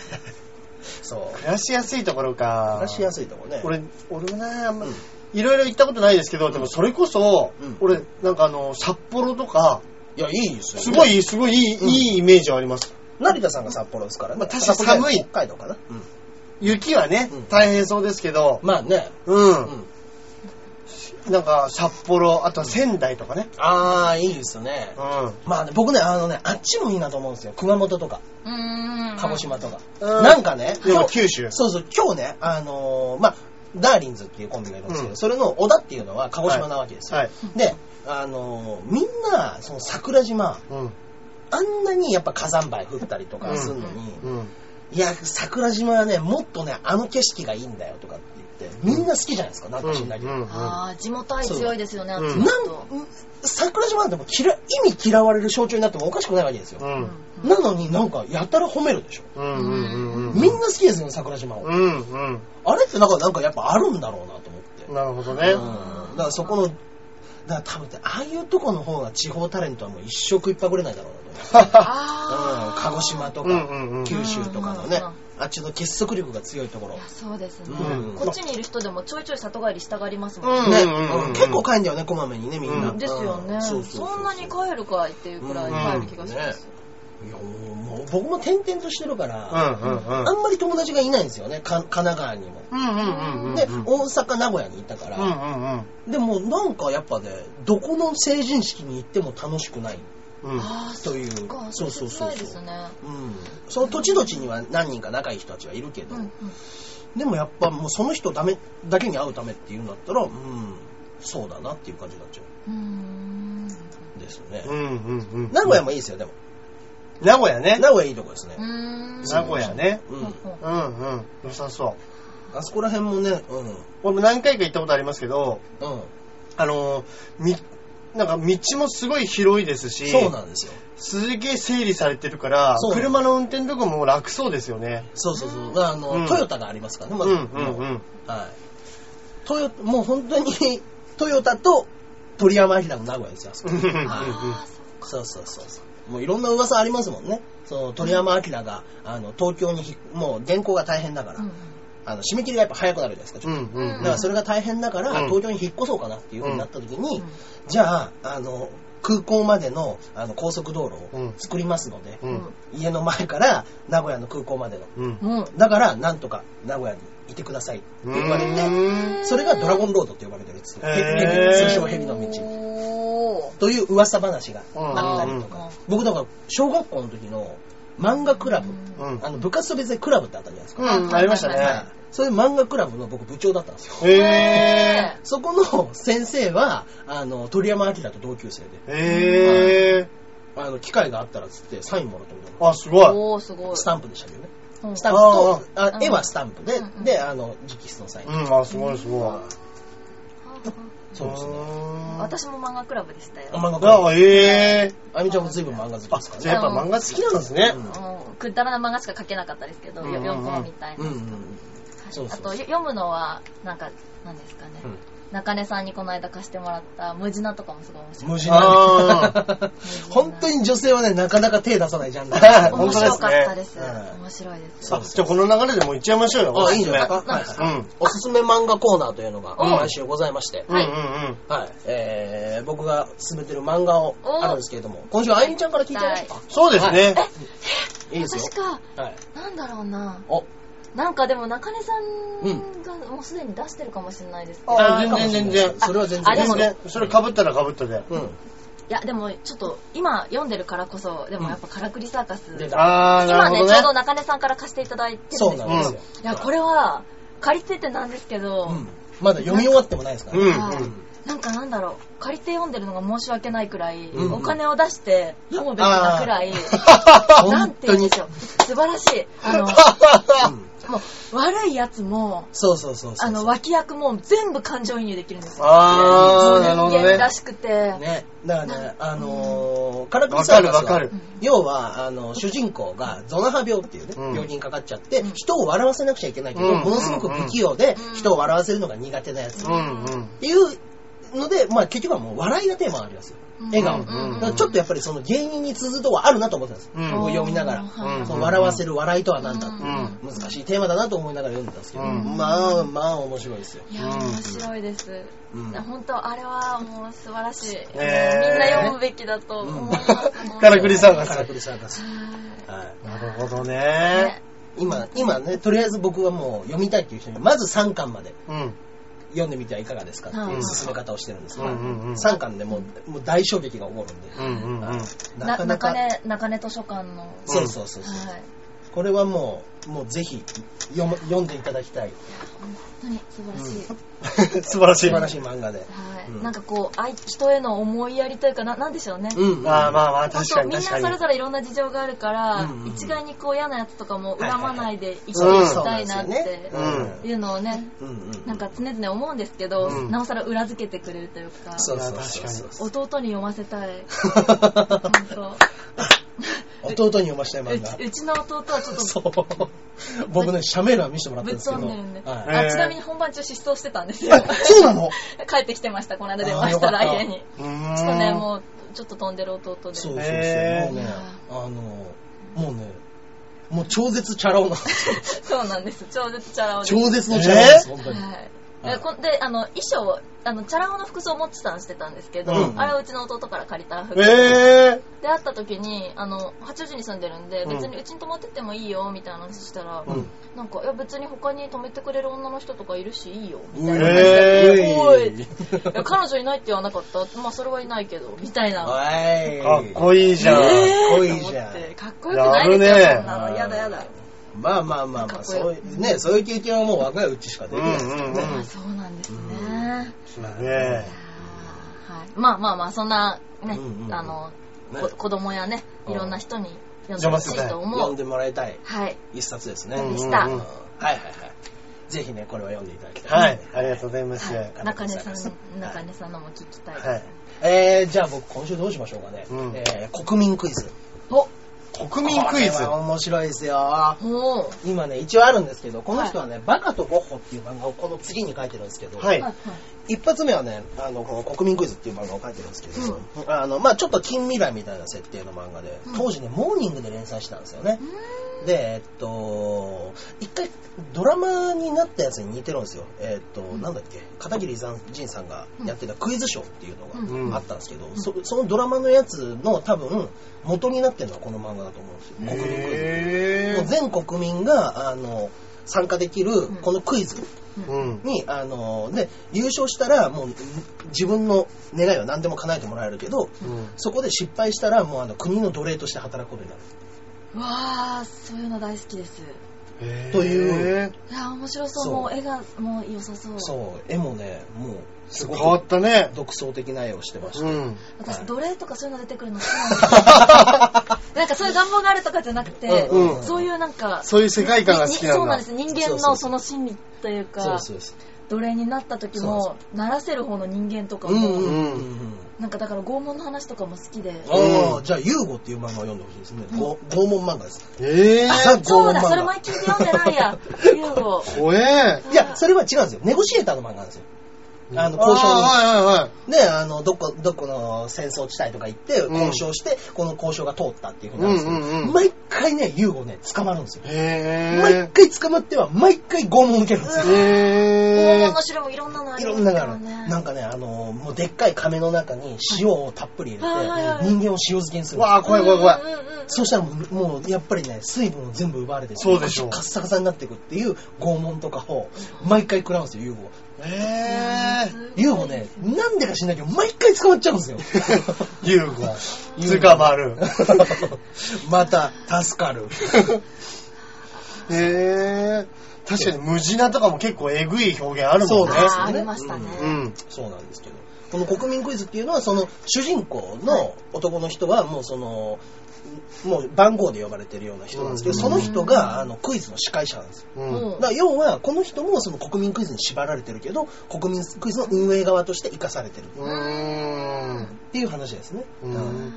S2: そう。
S1: 暮らしやすいところか。
S2: 暮らしやすいとこね。
S1: 俺、俺もね、あんま
S2: うん
S1: いろいろ行ったことないですけど、でもそれこそ、
S2: うん
S1: 俺、なんかあの、札幌とか、
S2: いや、いいですよ、ね。
S1: すご。い、すごいいい、
S2: うん
S1: いいイメージはあります。
S2: 成田さんが札幌ですからね。
S1: まあ確かに寒い
S2: 北海道かな。うん
S1: 雪はね
S2: うん、
S1: 大変そうですけど、
S2: まあね。
S1: う。。
S2: うん
S1: なんか、札幌、あとは仙台とかね。
S2: ああ、いいですね
S1: う。ん。
S2: まあね、僕ね、あのね、あっちもいいなと思うんですよ。熊本とか、
S3: うーん。
S2: 鹿児島とか。
S1: うん
S2: なんかね、
S1: で
S2: 今
S1: も
S2: 日
S1: 九州。
S2: そうそう、今日ね、あのーまあ、ダーリンズっていうコンビがいるんですけど、
S1: うん
S2: それの小田っていうのは鹿児島なわけですよ。
S1: はい。
S2: で、あのーみんな、その桜島、
S1: うん。
S2: あんなにやっぱ火山灰降ったりとかするのに、
S1: うん。
S2: いや、桜島はね、もっとね、あの景色がいいんだよとかって言って、みんな好きじゃないですか、なんか知んないけど。
S1: うんうん
S3: ああ、地元愛強いですよね、あっ
S1: そう
S3: ち
S1: うん
S3: の
S2: な
S3: 人。
S2: ん、桜島なんてもう嫌い意味嫌われる象徴になってもおかしくないわけですよ。
S1: うん。
S2: なのになんかやたら褒めるでしょ。
S1: うんうんうん。
S2: みんな好きですよ、桜島を。
S1: うんうん。
S2: あれってなんかなんかやっぱあるんだろうなと思って。
S1: なるほどね。
S2: うんだからそこの、だから多分ね、ああいうとこの方が地方タレントはもう一食いっぱいくれないだろうなと思って。うん
S3: あー
S2: 鹿児島と
S1: うん
S2: か、
S1: うんうん。
S2: 九州とかのね
S3: うんうん、
S2: あっちの結束力が強いところ
S3: いや。そうですね、
S2: うん
S3: こっちにいる人でもちょいちょい里帰りしたがりますもんね、
S2: ね、
S1: うんうん
S2: うん結構帰んだよね、こまめにね、みんな。
S1: う
S3: ですよね、
S2: う
S3: そう
S2: ううん
S3: なに帰るかいっていうくらい帰る気がします、
S2: いやもう僕も転々としてるか
S1: う
S2: ら、
S1: んうんうん。
S2: あんまり友達がいないんですよね、か神奈川にも。
S1: うんうんうんうん。
S2: で、大阪、名古屋にいたか
S1: うん
S2: ら。
S1: うんうん。
S2: でもなんかやっぱね、どこの成人式に行っても楽しくない。
S1: うん。
S3: ああ、
S2: という
S3: そ
S2: そううそううそ
S3: そそ
S2: うそう
S3: う。切ないですね。
S2: うん、その土地土地には何人か仲いい人たちはいるけ
S3: う
S2: ど、
S3: んうん。
S2: でもやっぱもうその人だめだけに会うためっていうんだったら、うん、そうだなっていう感じになっちゃ
S3: うーん。
S2: うんですね
S1: う。んうんうん。
S2: 名古屋もいいですよ、でも。
S1: 名古屋ね。
S2: 名古屋いいとこですね
S3: う。ーん。
S1: 名古屋ね。
S2: う。
S3: ほうんほう
S1: うんうん。良さそう。
S2: あそこら辺もね、うん。
S1: 俺も何回か行ったことありますけど、
S2: うん。
S1: あのー、み、なんか道もすごい広いですし、
S2: そうなんですよ。
S1: すげえ整理されてるから
S2: そう、なの
S1: 車の運転とかも楽そうですよね。
S2: そうそうそう。あの、
S1: うん
S2: トヨタがありますからね、
S1: う
S2: ま
S1: ん
S2: ず。
S1: うんうん。
S2: はい。トヨもう本当に、 トヨタと鳥山明の名古屋ですよ、あそこ。
S1: うんうんうん
S3: ああ、そう
S2: そうそうそうそう。もういろんな噂ありますもんね。そう、鳥山明が、あの、東京にひ、もう電行が大変だから、
S3: うんうん。
S2: あの、締め切りがやっぱ早くなるじゃないですか、ち
S1: う
S2: ょっと
S1: んうんう
S2: だ
S1: ん。
S2: からそれが大変だから、
S1: うん
S2: 東京に引っ越そうかなっていうふうになった時に、
S3: うん
S2: じゃあ、あの、空港までのあの高速道路
S1: う
S2: を
S1: ん
S2: 作りますので、
S1: うん
S2: 家の前から名古屋の空港までの。
S1: うん。
S3: もう。
S2: だから、なんとか名古屋にいてくださいって言われ
S1: う
S2: て、
S1: ーん
S2: それがドラゴンロードって呼ばれてるんですよ。
S1: へー
S2: 蛇蛇通称ヘビの道。
S3: おー。
S2: という噂話が
S1: うん
S2: あったりとか。僕だから、小学校の時の漫画クラブ、
S1: うん
S2: あの部活と別にクラブってあったじゃないですか。
S1: うん、ありました
S2: はい
S1: ね。
S2: そういう漫画クラブの僕部長だったんですよ。
S1: へ
S2: そこの先生は、あの、鳥山明と同級生で、
S1: ぇー。へぇ
S2: あの、機会があったらっつってサインもらってもらっ
S1: ー。あ、すごい。
S3: おー、すご
S2: た
S3: い。
S2: スタンプでしたけどね。
S3: うん
S2: スタンプと、
S3: ああ
S2: あ絵はスタンプで
S3: うん、
S2: で、あの、直筆のサイン
S1: う。ん、あ、すごいすごい。
S2: そうですね。
S3: 私も漫画クラブでしたよ。
S2: 漫画家。
S1: あ、えぇー。
S2: あみちゃんも随分漫画好きですか
S1: じ
S2: ら
S1: ゃ
S2: ね。
S1: あやっぱ漫画好きなんですね。
S3: うんくだらな漫画しか書けなかったですけど、
S1: うんうん
S3: 読
S1: うん
S3: んでみたい
S2: うん
S3: な
S2: う。んうん。そう
S3: あ
S2: そう
S3: と
S2: そう。
S3: 読むのは、なんか、なんですかね。中根さんにこの間貸してもらった無地なとかもすごい面白い。
S2: 無事
S1: あ
S2: な。本当に女性はね、なかなか手出さないジャンル。
S1: ー
S3: 面
S1: 本当ですね
S3: 白かったです。
S2: うん
S3: 面白いです。
S2: そう
S1: あじゃあこの流れでもう行っちゃいましょうよ。
S2: あ、いいんじゃない
S1: お
S2: か。
S1: す
S3: なんです
S1: か
S2: はい
S1: うん
S2: おすすめ漫画コーナーというのが、
S3: うん
S2: 毎週ございまして。
S1: すめうんうんうん。
S2: はい。えー、僕が勧めてる漫画を
S3: お
S2: あるんですけれども、今週はあゆみちゃんから聞いてみましょうか。
S1: そうですね。
S2: いいですよ
S3: 確。か、
S2: はい。
S3: なんだろうな。
S2: お、
S3: なんかでも中根さ
S2: うん
S3: んがもうすでに出してるかもしれないですけど。
S1: あ全然全然
S2: それは全然。
S3: あでも
S1: 全然、それ被ったら被ったで。
S2: うん。
S3: いや、でもちょっと今読んでるからこそ、でもやっぱカラクリサーカス。
S2: 出た
S1: あー、な
S3: 今
S1: る
S3: ね
S1: ほど
S3: ちょうど
S1: ね。
S3: 中根さんから貸していただいてるんです
S2: そう
S3: けど
S2: ないん
S1: で
S2: ですす
S1: よ
S2: よ。
S3: いや、これは借りててなんですけど、
S2: うん。まだ読み終わってもないですから
S1: う
S2: ね。
S1: ん
S3: はいなんかなんだろう、借りて読んでるのが申し訳ないくらい、
S2: うん
S3: お金を出して読むべきなくらい、
S2: あー
S3: なんて言うんでしょう、素晴らしい。あ
S2: う
S3: の、
S2: ん
S3: もう悪いやつも、
S2: そうそうそうそう。
S3: あの、脇役も全部感情移入できるんですよ。
S1: あー、なる
S3: も
S1: ほ
S3: う
S1: ど
S3: 人間
S1: ね。
S3: らしくて、
S2: ね。だからね、あのー、カラクリ
S1: わ
S2: サ
S1: か
S2: ー
S1: る
S2: カスは
S1: わかる。
S2: 要は、あの、主人公がゾナハ病っていうね、
S1: うん
S2: 病気にかかっちゃって
S3: うん、
S2: 人を笑わせなくちゃいけないけど、
S1: うん
S2: ものすごく不器用で
S3: う、ん
S2: 人を笑わせるのが苦手なやつ。
S1: う
S2: っ
S1: んうん。
S2: ていうので、まあ結局はもう笑いがテーマありますよ。笑顔。
S1: う
S2: だ
S1: ん
S2: からちょっとやっぱりその芸人に通ずるとこはあるなと思ってたんですよ。
S1: うん
S2: 僕読みながら。
S1: うん
S2: その笑わせる笑いとは何だって
S1: う。ん。
S2: 難しいテーマだなと思いながら読んでたんですけど、
S1: うん
S2: まあまあ面白いですよ。
S3: いや、面白いです。
S2: うん
S3: 本当、あれはもう素晴らしい。みん
S1: え
S3: な読むべきだと思います。 もう
S1: カラクリサーカ
S2: カラ
S1: ス
S2: ク。リサーカス。はい
S1: なるほど
S3: はい
S1: ね
S3: ね。
S2: 今、今ね、とりあえず僕はもう読みたいっていう人に、まず3巻まで
S1: うん。
S2: 読んでみてはいかがですかっていううん進め方をしてるんですけど、
S1: うんうんうん
S2: 3巻でもうもう大衝撃が起こるんで、
S1: うんうんうん。
S2: なかなか、
S3: 中根、中根図書館の。は
S2: そうそうそうそう、
S3: い。
S2: これはもう、もうぜひ読む読んでいただき たい、
S3: 本当に素晴らしい。
S1: 素晴らし
S2: 素
S1: い。
S2: 晴らしい漫画で。
S3: はい、
S2: うん
S3: なんかこう、あい人への思いやりというか、ななんでしょうね。
S2: うん
S1: まあまあまあ、
S3: 本
S1: 確か
S3: 当
S1: に
S3: みんな
S1: 確か
S3: そ
S1: に。
S3: れぞれいろんな事情があるから、
S2: うんうんうん
S3: 一概にこう嫌なやつとかも恨まないで生きて
S1: はい
S3: い
S1: はい
S3: き
S2: は
S3: た
S2: い
S3: いな
S2: そう
S3: っ
S2: なんです
S3: て
S1: よね
S2: うん
S3: いうのをね、
S2: うんうんうん
S3: なんか常々思うんですけど、
S1: うん
S3: なおさら裏付けてくれるというか、
S2: そうそうそうそう
S3: 弟に読ませた い。本当
S2: 弟に読ましたい
S3: う
S2: 漫画
S3: ちうちの弟はちょっ
S2: そ
S3: と
S2: う僕ねシャメールは見せてもらった
S3: ぶ
S2: ん
S3: っ
S2: ですけ
S3: 飛
S2: ど
S3: んでるんで、
S2: はい
S1: へー
S3: あちなみに本番中失踪してた んですよ。
S2: そうなの
S3: 帰ってきてました、この間出
S2: あ
S3: ま
S2: ー
S3: し
S2: よか
S3: た、
S2: った
S3: 来年に。
S1: うーん
S3: ちょっとね、もう、ちょっと飛んでる弟で。
S2: そうそうそう。もう
S1: へー
S2: ね、あの、もうね、もう超絶チャラ男なんですよ。
S3: そうなんです。超絶チャラ男です。
S2: 超絶のチャラ男です、
S1: えー
S2: 本当に。
S3: はい。
S1: はい
S3: えこであの衣装をあのチャラ男の服装をモッチさんしてたんですけど、
S1: うん
S3: あれはうちの弟から借りた服で、
S1: ええ
S3: で会った時にあの八王子に住んでるんで
S1: うん
S3: 別にうちに泊まってってもいいよみたいな話したら、
S1: うん
S3: なんかいや別に他に泊めてくれる女の人とかいるしいいよみたいな感じ
S1: え
S3: で、おい
S2: い。
S3: いや彼女いないって言わなかったまあそれはいないけどみたいな
S2: はい。
S1: かっこいいじゃん。
S2: えかっこいい
S3: と思
S2: じゃん
S3: ってかっこよくないです
S1: やるね
S3: よそんなのやだやだ
S2: まあまあまあま
S3: か
S2: あ、
S3: っこよ
S2: そういう、ね、そういう経験はもう若いうちしかできないですから
S1: うん
S3: ま
S2: ね。
S3: あそうなんですね、
S2: うん
S3: はい
S1: そうだね。
S3: まあまあまあそんなね、
S2: うんうん
S3: あの
S2: ね
S3: こ子供やねいろんな人に読
S1: 読
S3: んでほ
S1: ま
S3: し
S1: せたい
S3: いと思
S2: 読
S3: うん
S2: でもらいたい
S3: はい
S2: 一冊ですね。
S1: うんうんうん
S3: でした
S2: うんはいはいはい。ぜひね、これは読んでいただきたい。
S1: はい、ありがとうございます。
S3: はい
S2: ありがと
S3: 中
S2: うご
S3: 根
S2: ざい
S3: さ
S2: ます
S3: ん中根さんのも聞きたいです、
S1: はい。
S2: えー、じゃあ僕今週どうしましょうかね。
S1: うん
S2: えー、国民クイズ。
S3: お
S1: 国民クイズ
S2: これ。は面白いですよ。
S3: おー
S2: 今ね、一応あるんですけど、この人はね、バカとゴッホっていう漫画をこの次に書いてるんですけど、
S1: はい
S3: はい
S2: 一発目はね、あの、この国民クイズっていう漫画を書いてるんですけど、あの、まあちょっと近未来みたいな設定の漫画で
S3: うん、
S2: 当時ね、モーニングで連載してたんですよね。
S3: うーん
S2: で、えっと、一回ドラマになったやつに似てるんですよ。えっと、なんだっけ、片桐仁さんがやってたクイズショーっていうのがあったんですけど、
S3: ん
S2: そそのドラマのやつの多分元になってるのはこの漫画だと思うんですよ。国民クイズっていう。
S1: へ
S2: もう全国民が、あの、参加できる
S3: ん、
S2: このクイズ
S1: うん。
S2: に、あの、ね、優勝したら、もう、自分の願いは何でも叶えてもらえるけど、
S1: うん
S2: そこで失敗したら、もう、あの、国の奴隷として働くことになる。
S3: わあそういうの大好きです
S1: へー
S2: という。
S3: いやー面白そう
S2: そう
S3: もう絵がもう良さそう
S2: そう、絵もね、もう、すご
S1: 変わ
S2: く
S1: ったね。
S2: 独創的な絵をしてまし
S1: う
S2: た。
S1: ん。
S3: 私
S2: はい
S3: 奴隷とかそういうの出てくるの好きな んですよなんかそういう願望があるとかじゃなくて、
S2: うんうんうん
S3: そういうなんか
S1: そういう世界観が好きなんだ
S3: そうなんです人間のその心理というか
S2: そうそうそ
S3: 奴隷になった時
S2: そ
S3: もならせる方の人間とか
S2: う。う
S3: も、
S2: んうんうん
S1: う
S2: うん。
S3: なんかだから拷問の話とかも好きで
S2: ああ、じゃあ、ユーゴっていう漫画を読んでほしいですね。ご拷問漫画です。
S1: ええ
S2: あ
S1: ー。
S3: そうだそれ前聞いて読んでないやユー ゴ
S1: 怖え。
S2: いや、それは違うんですよ。ネゴシエーターの漫画なんですよ。あの、交渉の。
S1: あーはいはいはい。
S2: ね、あの、どこ、どこの戦争地帯とか行って、
S1: ん
S2: 交渉して、この交渉が通ったっていうふうになるんですけど、
S1: うんうんうん
S2: 毎回ね、ユーゴね、捕まるんですよ。毎
S1: へ
S2: 回捕まっては、毎回拷問受けるんですよ。
S1: ぇー。へぇ
S3: 拷問の種類もいろんなの
S2: い
S3: あり
S2: ろ
S3: ま
S2: ん
S3: す
S2: な
S3: か
S2: のがあ
S3: ら
S2: る。
S3: ね
S2: なんかね、あの、もうでっかい亀の中に塩をたっぷり入
S3: はいはい
S2: れ
S3: は
S2: て、
S3: い
S2: 人間を塩漬けにするんです
S1: ー。
S2: よ。
S1: わあ、怖い怖い怖い。
S3: うんうんうん
S2: そしたらもう、もうやっぱりね、水分を全部奪われて、
S1: そうでしょう
S2: カッサカサになっていくっていう拷問とかを、毎回食らうんですよ、ユーゴは。
S1: へぇー。
S2: ユーゴね、なんでか知んないけど、毎回捕まっちゃうんで すよ。
S1: ユーゴ。 捕まる。
S2: また、助かる。
S1: へぇー。確かに無地なとかも結構えぐい表現あるもんね。
S2: そうね
S3: あーありましたね、
S1: うん。
S2: そうなんですけど。この国民クイズっていうのは、その主人公の男の人は、もうその、もう番号で呼ばれてるような人なんですけど、
S1: うん
S2: その人があのクイズの司会者なんですよ。
S1: う
S3: うん
S1: ん。
S2: だから要は、この人もその国民クイズに縛られてるけど、国民クイズの運営側として生かされてる
S1: うーん。
S2: っていう話ですね。
S1: う
S2: うん
S1: ん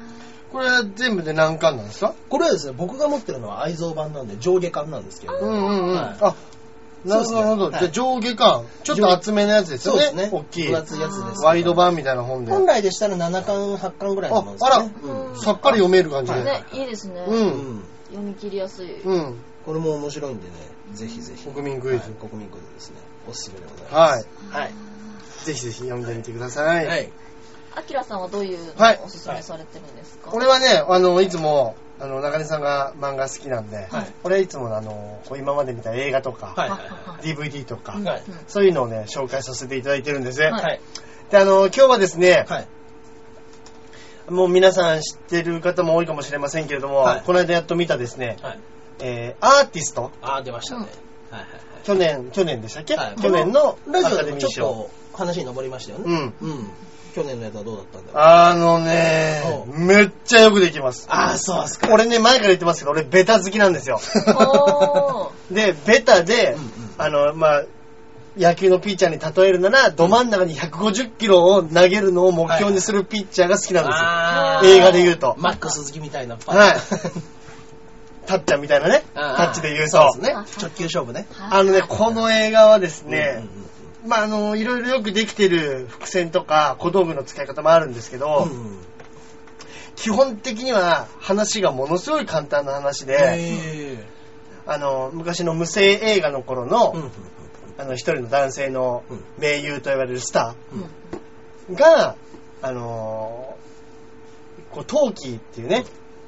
S1: これは全部で何巻なんですか
S2: これはですね、僕が持ってるのは愛蔵版なんで上下巻なんですけど、
S1: うんうんうん。
S2: はい
S1: あ、なるほど、なるほど。
S2: そうですねはい
S1: じゃあ上下巻。ちょっと厚めのやつです
S2: そ
S1: よ
S2: う
S1: ね。
S2: ですね。
S1: 大きい。
S2: 分厚いやつです。
S1: ワイド版みたいな本で。
S2: 本来でしたら7巻、8巻ぐらいのものですね。
S1: ああら
S2: うん
S1: さっぱり読める感じで。
S3: ねいいですね、
S1: う。
S2: うんん。
S3: 読み切りやすい、
S1: うん。
S2: これも面白いんでね、ぜひぜひ。
S1: 国民クイズ
S2: はい国民クイズですね。おすすめでございま
S1: はい。
S2: す。はい。
S1: ぜひぜひ読んでみてください。
S2: はい。
S3: あきらさんはどういう
S1: はい
S3: のをおすすめされてるんですか、
S1: これはね、あの、いつも、あの、中根さんが漫画好きなんで、
S2: はい
S1: これはいつものあの、こう今まで見た映画とか、
S2: はい。
S1: DVD とか、
S2: はい。
S1: そういうのをね、紹介させていただいてるんですね。
S3: はい
S2: はい。
S1: で、あの、今日はですね、
S2: はい。
S1: もう皆さん知ってる方も多いかもしれませんけれども、
S2: はい
S1: この間やっと見たですね、
S2: はい。
S1: えー、アーティスト、
S2: あー、出ましたね。はいはい
S1: 去年、去年でしたっけ、
S2: はい
S1: 去年の
S2: はい。ラ
S1: ア
S2: ジ
S1: カ
S2: オで
S1: デ
S2: も
S1: ミー
S2: ち
S1: 賞。
S2: ょっと話に上りましたよ
S1: う
S2: ね。
S1: ん。
S2: うん。去年のやつはどうだったんだろう。
S1: あのね
S2: お、
S1: めっちゃよくできます。
S2: あー、そうっすか。
S1: 俺ね、前から言ってますけど、俺ベタ好きなんですよ。
S3: お ー
S1: で、ベタで、
S2: うんうん
S1: あの、まあ、野球のピッチャーに例えるなら、ど真ん中に150キロを投げるのを目標にするピッチャーが好きなんですよ。
S2: あ
S1: 映画で言うと
S2: マック鈴木みたいなパ
S1: はいタッチャーみたいなね、
S2: あー
S1: タッチで言うと。
S2: そうですね。直球勝負ね。
S1: あのね、この映画はですね、
S2: うんうんうん
S1: まあ、あの、いろいろよくできてる伏線とか小道具の使い方もあるんですけ
S2: う
S1: ど、
S2: ん
S1: 基本的には話がものすごい簡単な話で、
S2: へ
S1: あの、昔の無声映画の頃の、
S2: ーうん
S1: あの、一人の男性の
S2: うん
S1: 名優と言われるスタ
S2: うん
S1: ーが、あのーこう、トーキーっていうね、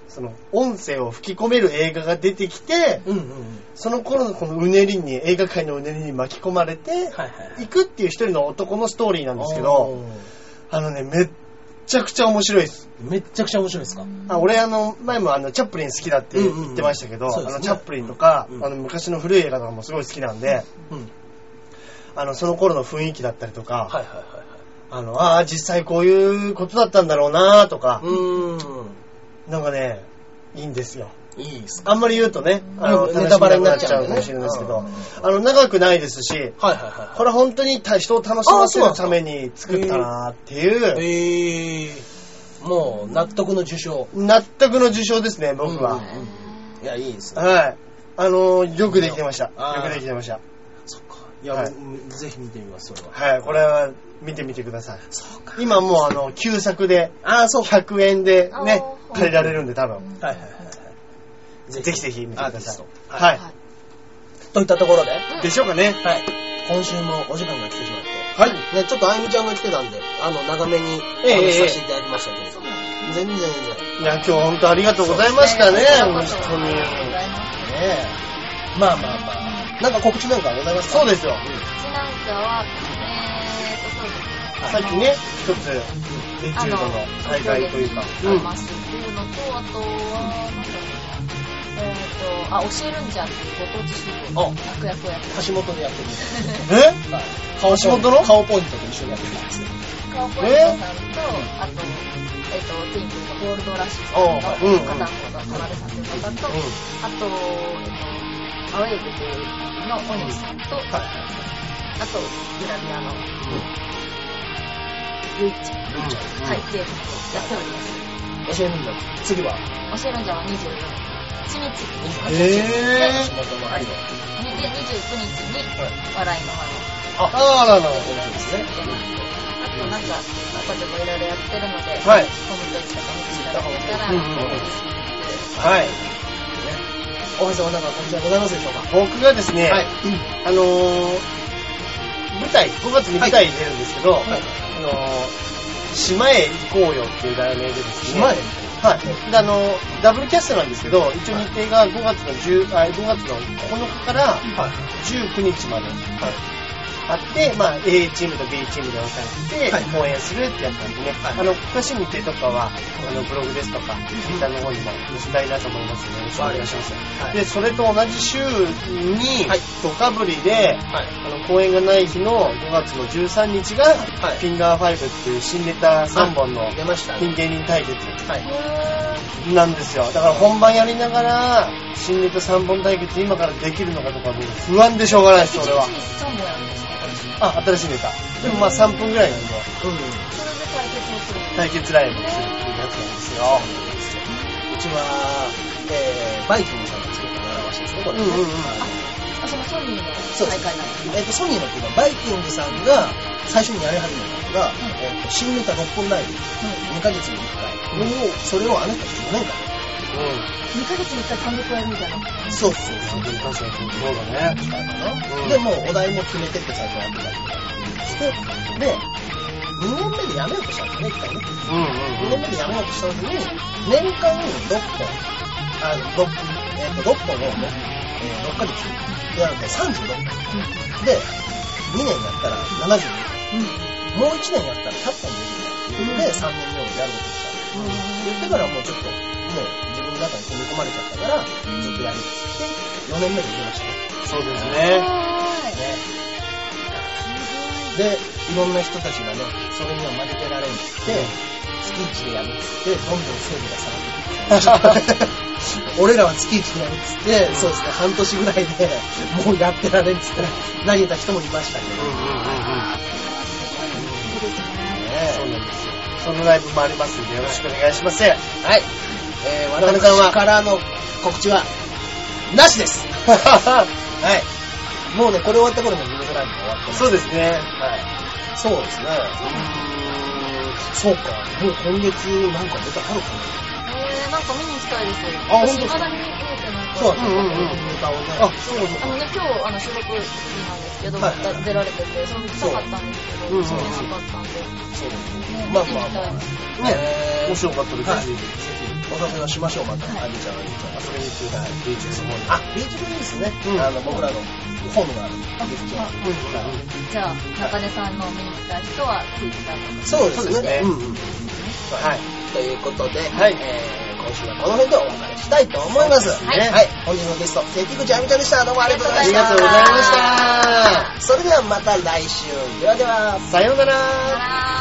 S1: その、音声を吹き込める映画が出てきて、
S2: うんうんうん。
S1: その頃のこのうねりに、映画界のうねりに巻き込まれて、
S2: はいはいはい。
S1: 行くっていう一人の男のストーリーなんですけど、あのね、めっちゃくちゃ面白いです。
S2: おー、めっちゃくちゃ面白いですか。
S1: あ俺、あの、前もあの、チャップリン好きだって言ってましたけど、
S2: うんうんうんそうで
S1: あ
S2: す
S1: の、
S2: ね
S1: チャップリンとか、
S2: うん
S1: あの、昔の古い映画とかもすごい好きなんで、
S2: うん。
S1: あの、その頃の雰囲気だったりとか、
S2: はいはいはい
S1: あの、ああ、実際こういうことだったんだろうなと
S2: は
S1: か
S2: い。、う
S1: なんかね、いいんですよ。
S2: ーん。いいですか。
S1: あんまり言うとね、あの、
S2: うん
S1: 楽し
S2: ネ
S1: み
S2: タバレになっ
S1: ち
S2: ち
S1: ゃ
S2: ゃ
S1: う
S2: う
S1: か
S2: んでね
S1: もしれないですけ
S2: う
S1: ど
S2: ん、
S1: あの、長くないですし、
S2: はいはいはいはい。
S1: これ本当にた人を楽しませるために作ったなっていう、
S2: ええー、もう納得の受賞。
S1: 納得の受賞ですね、僕は。
S2: うんうんいや、いいですね。
S1: はい。あの、よくできてました。
S2: あ
S1: よ
S2: ー
S1: くできてました。
S2: そっか。いや、
S1: はい
S2: うんぜひ見てみます、それは。
S1: はい、これは見てみてください。
S2: そうか。
S1: 今もうあの、旧作で、
S2: ああ、そうか。
S1: 100円でね
S3: あ、ー
S1: 借りられるんで多分。
S2: はいはいはいはい。
S1: ぜひぜひ見てく
S2: アー
S1: だ
S2: ティス
S1: さい
S2: ト。
S1: は。
S3: はい
S2: といったところで、
S3: い
S1: でしょうかね。
S2: はい。今週もお時間が来てしまって、
S1: はい。
S2: ね、ちょっとあゆみちゃんが来てたんで、あの、長めにお
S1: ええ
S2: 話しさせていただきましたけ
S3: そ
S2: ど、
S3: うなんです
S2: 全然全然。
S1: いや、今日本当ありがとうございましたね、本当に。
S2: ねえ。まあまあまあ。なんか告知なんかございますか
S1: そうですよ。
S3: 私なんかは、えーと、そうで
S1: さ
S3: すね。
S1: っきね、一つ、エチュードの大会というか、
S3: ありますっていうのと、あとは、なんだろうな。えーと、あ、教えるんじゃんっていうご当地シー
S2: あ
S3: 役役をやって
S2: 橋本でやってみる。
S1: え
S2: はい顔ポイント
S1: 橋本の
S2: 顔ポイントと一緒にやってみます。
S3: 顔ポイントさんと、あと、えっ、と、ティンクとゴールドラッシュさん
S2: おう
S3: の
S1: うんうん
S3: 片方の田辺さんという方と、
S1: うん
S3: あと、えっ、と、アウェイブというのお兄さんと、あと、グラビアの、
S2: ルイちゃん
S3: ゆいちゃん、はい、っていうのをやっております。
S2: 教えるんだ。次は、
S3: 教えるんじゃは24日に、
S2: 28日。
S1: え
S2: 橋
S1: ー、
S2: 本の愛の。
S3: で29日に、
S2: はい
S3: 笑いの
S1: ああららら。
S2: ポイントです
S3: 輪を
S2: ね。
S3: やります。あと、なんか、またちょっといろいろやってるので、
S1: はい
S3: ホームページとか見ていただけたら、
S1: うんうん
S3: 嬉しいです。
S1: はい。
S2: 大橋さん、なんか告知はございますでしょうか
S1: 僕がですね、
S2: はい
S1: あのー、舞台、5月に舞台に出るんですけど、
S2: い
S1: あのー、島へ行こうよっていう題名でですね、
S2: 島へ
S1: はい。で、あのー、ダブルキャストなんですけど、一応日程が5月の10、あ5月の9日から
S2: はい。
S1: 19日まであって、まあ、A チームと B チームで分かれて、
S2: はい
S1: 公演するってやったんでね、
S2: はい
S1: あの、詳しい日程とかは、あの、ブログですとか、ツイッターの方にも載せたいなと思いますので、よろしくお願いします。
S2: はい
S1: で、それと同じ週に
S2: はい、
S1: ドカブリで、
S2: はい。
S1: あの、公演がない日の5月の13日が、
S2: い
S1: フィンガー5っていう新ネタ3本の、
S2: 出ました
S1: ピン
S2: ね。
S1: 芸人対決
S2: はい。
S1: なんですよ。だから本番やりながら、新ネタ3本対決今からできるのかとかもう不安でしょうがないです、それは。
S3: 一日に3本やるんですね。
S1: あ、新しいネタ。でもまあ3分ぐらいなんで、
S2: うん。
S3: それで対決をする。
S1: 対決ライブをするっていうやつなんですよ。
S2: うちは、えー、バイキングさんが作った習わしですね、これ。
S1: うんうんうん
S2: はい
S3: あ、そのソニーの
S2: そうで
S3: 大
S2: す
S3: 会なんですね。
S2: えっと、ソニーのっていうか、バイキングさんが最初にやり始めたのが、えっと、新ネタ6本ライブ、2ヶ月に1回。それをあなたたち4年間
S3: 2ヶ月に1回単独やるみたいな。
S2: そうそうそう。
S1: うん。確かにそうだね。うん
S2: で、もうお題も決めてって最初やってたりとかして、で、2年目でやめようとしたんですね、一回ね。2年
S1: うんうんう
S2: 目でやめようとした時に、年間6本、あの、6、えっと、6本を、ね、えー6ヶ月やると36本。で、2年やったら72本。もう1年やったら100本できるんだっていうので、3年目をやることにしたんです。言ってからもうちょっと、もう自分の中に組み込まれちゃったから、ずっとやるんですって、4年目で言いましたね。
S1: ん。そうですね。
S2: ね。で、いろんな人たちがね、それには負けてられんって、月一でやるっつって、どんどん整備が下がってくる。 俺らは月一でやるっつって、そうですね、半年ぐらいで、もうやってられんっつって、投げた人もいましたけ
S1: う
S2: ど
S1: んうんうんう
S2: ね。
S1: ん。そ
S2: は
S1: うなんですよ。そのライブもありますんで、よろしくお願いします。
S2: い。えー、
S1: 渡辺さんは
S2: 私からの告知は、なし ですはい。もうね、これ終わった頃のニュースライブも終わってます。
S1: そうですね。
S2: はい。そうですね。そうか。もう今月なんか出たあるか
S3: えー、なんか見に行きたいです。
S2: あ本当
S3: 私、未だに見えてない。
S2: そう
S1: うんうんうん。
S2: 歌をね
S1: あ、そうそう
S3: あのね、今日、あの、収録日なんですけど、
S2: はいはいはい
S3: 出られてて、その時痛かったんですけど、
S1: うん
S3: そうなかったんで、
S2: そうですね
S3: ね
S2: まあまあまあ
S3: 見てみたい
S2: あ
S1: ね
S2: えー
S1: 面白かったです。
S2: はい
S1: ぜひ
S2: お誘いをしましょうまたあ
S3: はい
S2: みちゃんあみちゃん
S1: 遊びに行ってください。ビーチですごい。
S2: あビーチ部いいですね
S1: うん
S2: あの僕らのホームがあるビーチは
S1: うんうんうん
S3: じゃあ、中根さんの見に来た人は、聞いてたの
S2: そう
S1: そうですね。
S2: うん
S1: うん。
S2: はいということで
S1: はい
S2: えー今週はこの辺でお別れしたいと思います
S1: そうです
S3: ね
S2: はい本日のゲスト関口あみちゃんでしたどうもありがとうござ
S1: あ
S2: い
S1: り
S2: ま
S1: が
S2: し
S1: と
S2: た
S1: うございまし
S3: ありがとうございま
S1: た。
S2: それではまた来週ではでは
S1: さようなら。
S3: さよなら